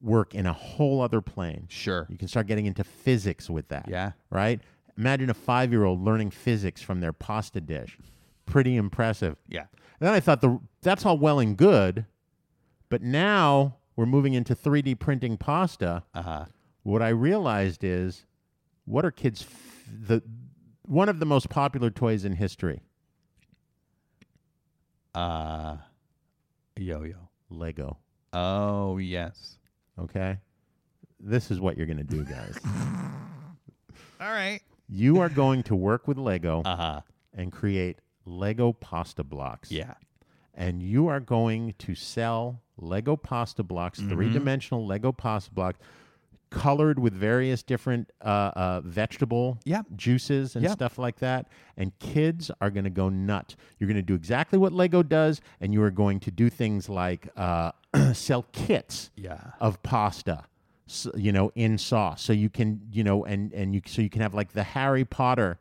[SPEAKER 5] work in a whole other plane.
[SPEAKER 6] Sure.
[SPEAKER 5] You can start getting into physics with that.
[SPEAKER 6] Yeah.
[SPEAKER 5] Right? Imagine a five year old learning physics from their pasta dish. Pretty impressive.
[SPEAKER 6] Yeah.
[SPEAKER 5] And then I thought the that's all well and good, but now we're moving into 3D printing pasta.
[SPEAKER 6] Uh-huh.
[SPEAKER 5] What I realized is, what are kids f- the one of the most popular toys in history?
[SPEAKER 6] Uh yo yo.
[SPEAKER 5] Lego.
[SPEAKER 6] Oh yes.
[SPEAKER 5] Okay, this is what you're gonna do,
[SPEAKER 6] (laughs)
[SPEAKER 5] guys.
[SPEAKER 6] All right.
[SPEAKER 5] you are going to work with Lego
[SPEAKER 6] Uh-huh.
[SPEAKER 5] and create Lego pasta blocks.
[SPEAKER 6] Yeah.
[SPEAKER 5] and you are going to sell Lego pasta blocks, three dimensional Lego pasta blocks, colored with various different uh, uh, vegetable
[SPEAKER 6] Yep.
[SPEAKER 5] juices and
[SPEAKER 6] Yep.
[SPEAKER 5] stuff like that. And kids are going to go nuts. You're going to do exactly what Lego does, and you are going to do things like uh, (clears throat) sell kits
[SPEAKER 6] Yeah.
[SPEAKER 5] of pasta. s you know, in sauce, so you can, you know, and and you so you can have like the Harry Potter,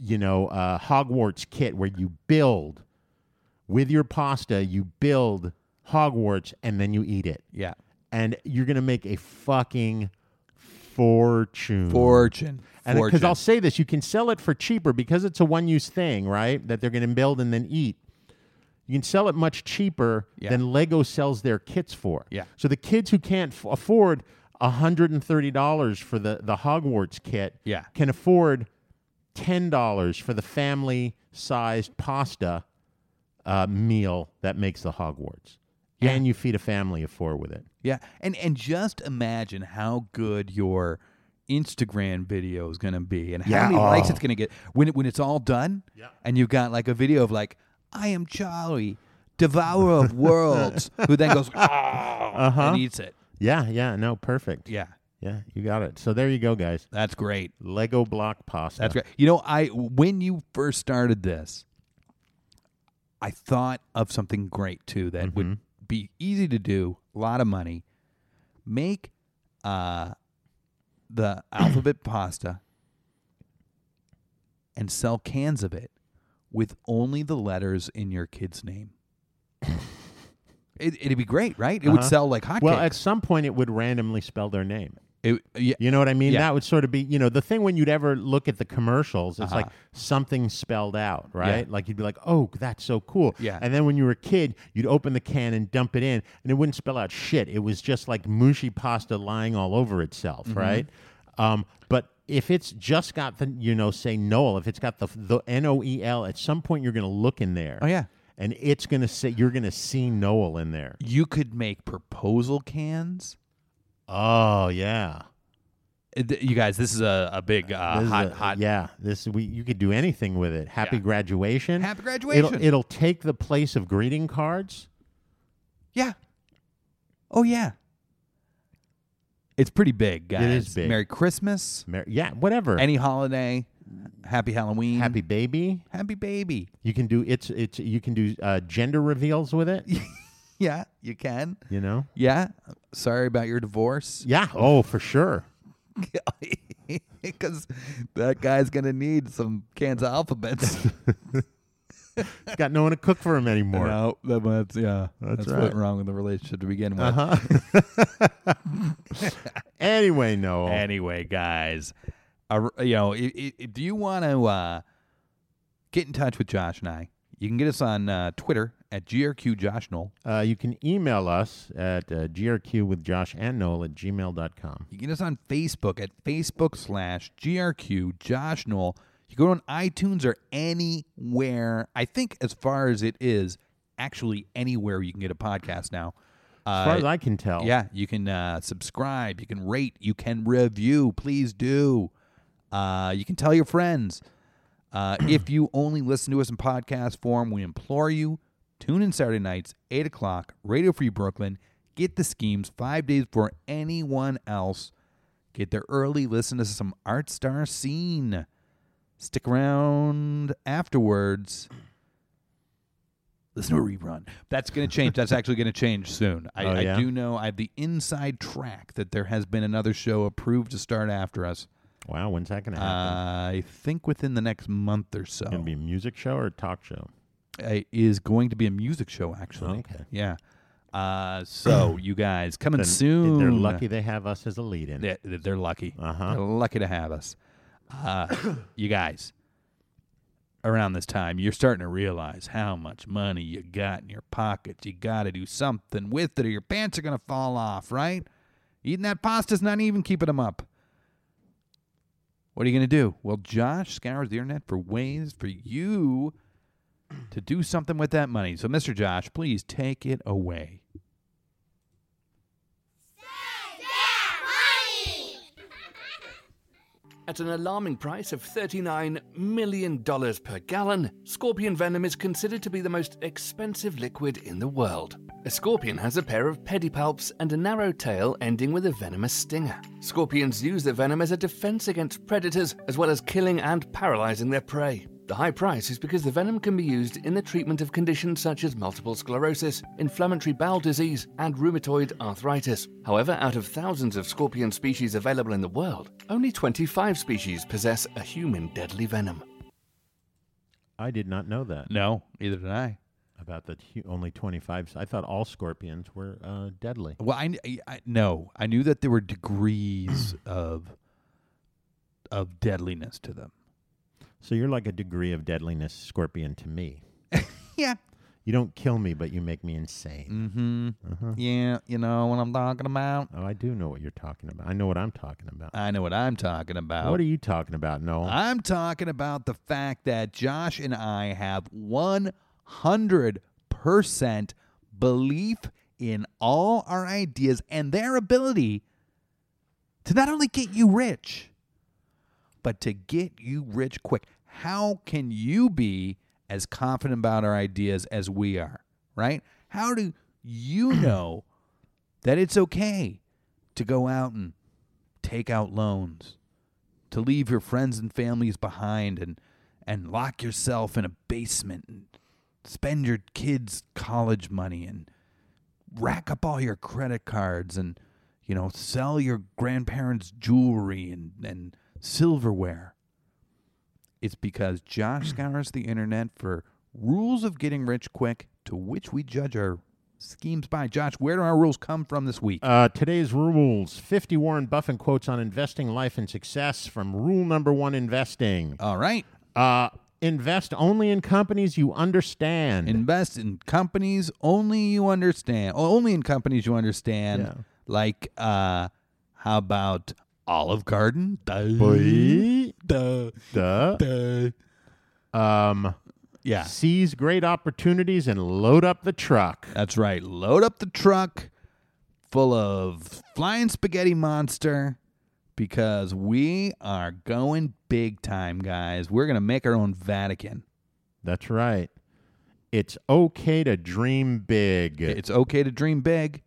[SPEAKER 5] you know, uh, Hogwarts kit where you build with your pasta, you build Hogwarts and then you eat it.
[SPEAKER 6] Yeah.
[SPEAKER 5] And you're going to make a fucking fortune.
[SPEAKER 6] Fortune.
[SPEAKER 5] And because
[SPEAKER 6] Fortune.
[SPEAKER 5] I'll say this, you can sell it for cheaper because it's a one use thing, right? That they're going to build and then eat. You can sell it much cheaper
[SPEAKER 6] Yeah.
[SPEAKER 5] than Lego sells their kits for.
[SPEAKER 6] Yeah.
[SPEAKER 5] So the kids who can't f- afford $130 for the, the Hogwarts kit
[SPEAKER 6] Yeah.
[SPEAKER 5] can afford $10 for the family sized pasta uh, meal that makes the Hogwarts. And you feed a family of four with it.
[SPEAKER 6] Yeah, and and just imagine how good your Instagram video is gonna be, and how
[SPEAKER 5] Yeah,
[SPEAKER 6] many likes
[SPEAKER 5] oh.
[SPEAKER 6] it's gonna get when it, when it's all done.
[SPEAKER 7] Yeah.
[SPEAKER 6] and you've got like a video of like, I am Charlie, devourer of worlds, who then goes, oh, and eats it.
[SPEAKER 5] Yeah, yeah, no, perfect.
[SPEAKER 6] Yeah,
[SPEAKER 5] Yeah, you got it. So there you go, guys.
[SPEAKER 6] that's great.
[SPEAKER 5] Lego block pasta.
[SPEAKER 6] That's great. You know, I when you first started this, I thought of something great too that would
[SPEAKER 5] Mm-hmm.
[SPEAKER 6] be easy to do, a lot of money. Make uh the
[SPEAKER 5] (clears throat)
[SPEAKER 6] alphabet pasta and sell cans of it with only the letters in your kid's
[SPEAKER 5] (laughs)
[SPEAKER 6] name. it, it'd be great, right? It would
[SPEAKER 5] Uh-huh.
[SPEAKER 6] sell like hotcakes.
[SPEAKER 5] Well, at some point, it would randomly spell their name.
[SPEAKER 6] It- yeah,
[SPEAKER 5] You know what I mean?
[SPEAKER 6] Yeah.
[SPEAKER 5] That would sort of be, you know, the thing when you'd ever look at the commercials, it's
[SPEAKER 6] Uh-huh.
[SPEAKER 5] like something spelled out, right? Like you'd be like, oh, that's so cool.
[SPEAKER 6] Yeah.
[SPEAKER 5] And then when you were a kid, you'd open the can and dump it in, and it wouldn't spell out shit. It was just like mushy pasta lying all over itself,
[SPEAKER 6] Mm-hmm.
[SPEAKER 5] right? Um, but if it's just got the, you know, say Noel, if it's got the, the N O E L, at some point you're going to look in there.
[SPEAKER 6] Oh, yeah.
[SPEAKER 5] And it's going to say, you're going to see Noel in there.
[SPEAKER 6] you could make proposal cans.
[SPEAKER 5] Oh, yeah.
[SPEAKER 6] Uh, th- you guys, this is a, a big uh,
[SPEAKER 5] This is
[SPEAKER 6] hot
[SPEAKER 5] a-
[SPEAKER 6] hot.
[SPEAKER 5] Yeah, this we you could do anything with it. Happy
[SPEAKER 6] Yeah.
[SPEAKER 5] graduation.
[SPEAKER 6] Happy
[SPEAKER 5] It'll,
[SPEAKER 6] graduation.
[SPEAKER 5] it'll take the place of greeting cards.
[SPEAKER 6] Yeah. Oh yeah. It's pretty big, guys.
[SPEAKER 5] is big.
[SPEAKER 6] Merry Christmas.
[SPEAKER 5] Mer- yeah, whatever.
[SPEAKER 6] Any holiday. Happy Halloween.
[SPEAKER 5] happy baby.
[SPEAKER 6] Happy baby. (laughs)
[SPEAKER 5] You can do it's it's you can do uh, gender reveals with
[SPEAKER 6] (laughs)
[SPEAKER 5] it.
[SPEAKER 6] Yeah, you can.
[SPEAKER 5] You know.
[SPEAKER 6] Yeah. Sorry about your divorce.
[SPEAKER 5] Yeah. Oh, for sure.
[SPEAKER 6] (laughs) Because that guy's gonna need some cans of (laughs) alphabets.
[SPEAKER 5] He's got no one to cook for him anymore.
[SPEAKER 6] no, Oh, that- that's yeah. That's, Uh-huh.
[SPEAKER 5] right.
[SPEAKER 6] what's wrong with the relationship to begin with.
[SPEAKER 5] Anyway, no.
[SPEAKER 6] Anyway, guys, uh, you know, i i i- do you want to uh, get in touch with Josh and I? You can get us on uh, Twitter at grqjoshnol.
[SPEAKER 5] Uh, you can email us at uh, grq with Josh and Noel at gmail.com.
[SPEAKER 6] You can get us on Facebook at Facebook slash grqjoshnol. You go on iTunes or anywhere. I think as far as it is, actually anywhere you can get a podcast now. Uh,
[SPEAKER 5] As far as I can tell.
[SPEAKER 6] Yeah, you can uh, subscribe, you can rate, you can review. Please do. Uh, you can tell your friends. Uh, if you only listen to us in podcast form, we implore you tune in Saturday nights, 8 o'clock, Radio Free Brooklyn. Get the schemes five days before anyone else. Get there early, listen to some Art Star scene. Stick around afterwards Listen to a rerun. That's going to change. That's actually going to change soon. I,
[SPEAKER 5] Oh, yeah?
[SPEAKER 6] I do know. I have the inside track that there has been another show approved to start after us. uh,
[SPEAKER 5] Wow, when's that gonna happen?
[SPEAKER 6] I think within the next month or so.
[SPEAKER 5] Uh-huh. gonna be a music show or a talk show?
[SPEAKER 6] uh, is going to be a music show actually.
[SPEAKER 5] Okay.
[SPEAKER 6] Yeah. Uh,
[SPEAKER 5] (clears throat)
[SPEAKER 6] so you guys coming soon.
[SPEAKER 5] They're lucky they have us as a lead in.
[SPEAKER 6] They- They're, lucky.
[SPEAKER 5] Uh-huh.
[SPEAKER 6] They're lucky to have us. Uh, you guys, around this time, you're starting to realize how much money you got in your pockets. You got to do something with it, or your pants are gonna fall off. Right? Eating that pasta's not even keeping them up. What are you gonna do? Well, Josh scours the internet for ways for you to do something with that money. So, Mr. Josh, please take it away.
[SPEAKER 9] At an alarming price of $39 million per gallon, scorpion venom is considered to be the most expensive liquid in the world. A scorpion has a pair of pedipalps and a narrow tail ending with a venomous stinger. Scorpions use their venom as a defense against predators, as well as killing and paralyzing their prey. The high price is because the venom can be used in the treatment of conditions such as multiple sclerosis, inflammatory bowel disease, and rheumatoid arthritis. However, out of thousands of scorpion species available in the world, only 25 species possess a human deadly venom.
[SPEAKER 5] I did not know that
[SPEAKER 6] No, either did I.
[SPEAKER 5] about the hu- only twenty five. I thought all scorpions were uh, deadly.
[SPEAKER 6] Well, I, I- I no, I knew that there were degrees of of deadliness to them.
[SPEAKER 5] So you're like a degree of deadliness scorpion to me.
[SPEAKER 6] Yeah,
[SPEAKER 5] You don't kill me, but you make me insane.
[SPEAKER 6] mm-hmm. yeah, you know what I'm talking about.
[SPEAKER 5] Oh, I do know what you're talking about. I know what I'm talking about.
[SPEAKER 6] I know what I'm talking about.
[SPEAKER 5] What are you talking about, Noel?
[SPEAKER 6] I'm talking about the fact that Josh and I have 100% belief in all our ideas and their ability to not only get you rich, but to get you rich quick. How can you be as confident about our ideas as we are, right? How do you know that it's okay to go out and take out loans? to leave your friends and families behind and and lock yourself in a basement and spend your kids college money and rack up all your credit cards and you know sell your grandparents jewelry and and silverware it's because Josh scours the internet for rules of getting rich quick to which we judge our schemes by Josh where do our rules come from this week
[SPEAKER 5] Uh, today's rules 50 Warren Buffett quotes on investing life and success from rule number one investing.
[SPEAKER 6] all right
[SPEAKER 5] Uh, invest only in companies you understand.
[SPEAKER 6] Invest in companies only you understand. Oh, only in companies you understand.
[SPEAKER 5] Yeah.
[SPEAKER 6] Like, uh, how about Olive Garden? Duh.
[SPEAKER 5] Boy.
[SPEAKER 6] Duh.
[SPEAKER 5] Duh.
[SPEAKER 6] Duh.
[SPEAKER 5] Um,
[SPEAKER 6] Yeah,
[SPEAKER 5] Seize great opportunities and load up the truck.
[SPEAKER 6] that's right. Load up the truck full of flying spaghetti monster because we are going big time, guys. We're gonna make our own Vatican.
[SPEAKER 5] That's right. It's okay to dream big.
[SPEAKER 6] It's okay to dream big,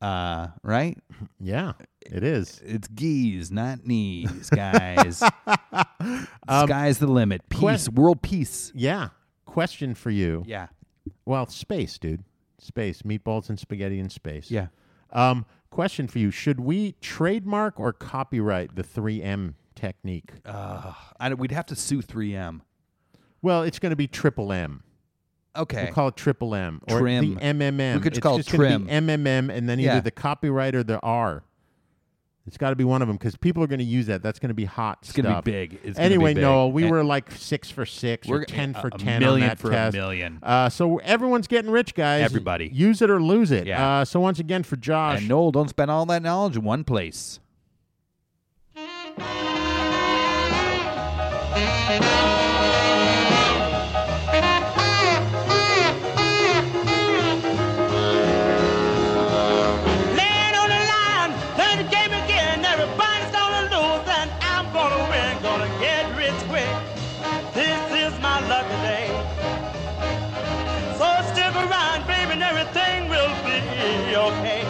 [SPEAKER 6] uh, right?
[SPEAKER 5] yeah, it is.
[SPEAKER 6] It's geese, not knees, (laughs) guys. Sky's the limit. Peace,
[SPEAKER 5] quest-
[SPEAKER 6] world peace.
[SPEAKER 5] Yeah. Question for you.
[SPEAKER 6] Yeah,
[SPEAKER 5] Well, space, dude. Space. Meatballs and spaghetti in space.
[SPEAKER 6] yeah.
[SPEAKER 5] Um, question for you: Should we trademark or copyright the 3M technique?
[SPEAKER 6] Uh. I, we'd have to sue 3M.
[SPEAKER 5] Well, it's going to be triple M.
[SPEAKER 6] Okay,
[SPEAKER 5] We'll call it triple M or
[SPEAKER 6] Trim.
[SPEAKER 5] the MMM.
[SPEAKER 6] We could
[SPEAKER 5] it's
[SPEAKER 6] call it
[SPEAKER 5] just gonna
[SPEAKER 6] trim.
[SPEAKER 5] be MMM, and then either
[SPEAKER 6] Yeah.
[SPEAKER 5] the copyright or the R. It's got to be one of them because people are going to use that. That's going to be hot.
[SPEAKER 6] It's gonna be
[SPEAKER 5] stuff.
[SPEAKER 6] big. It's gonna be
[SPEAKER 5] anyway,
[SPEAKER 6] big.
[SPEAKER 5] Noel, we
[SPEAKER 6] And-
[SPEAKER 5] were like six for six
[SPEAKER 6] We're
[SPEAKER 5] or ten
[SPEAKER 6] a-
[SPEAKER 5] for
[SPEAKER 6] a
[SPEAKER 5] ten
[SPEAKER 6] million
[SPEAKER 5] on that
[SPEAKER 6] for a
[SPEAKER 5] test.
[SPEAKER 6] million.
[SPEAKER 5] Uh, so everyone's getting rich, guys.
[SPEAKER 6] Everybody.
[SPEAKER 5] use it or lose it.
[SPEAKER 6] Yeah.
[SPEAKER 5] Uh, so once again, for Josh,
[SPEAKER 6] and Noel, don't spend all that knowledge in one place.
[SPEAKER 4] Land on the line, play the game again. Everybody's gonna lose, and I'm gonna win. Gonna get rich quick. This is my lucky day. So stick around, baby, and everything will be okay.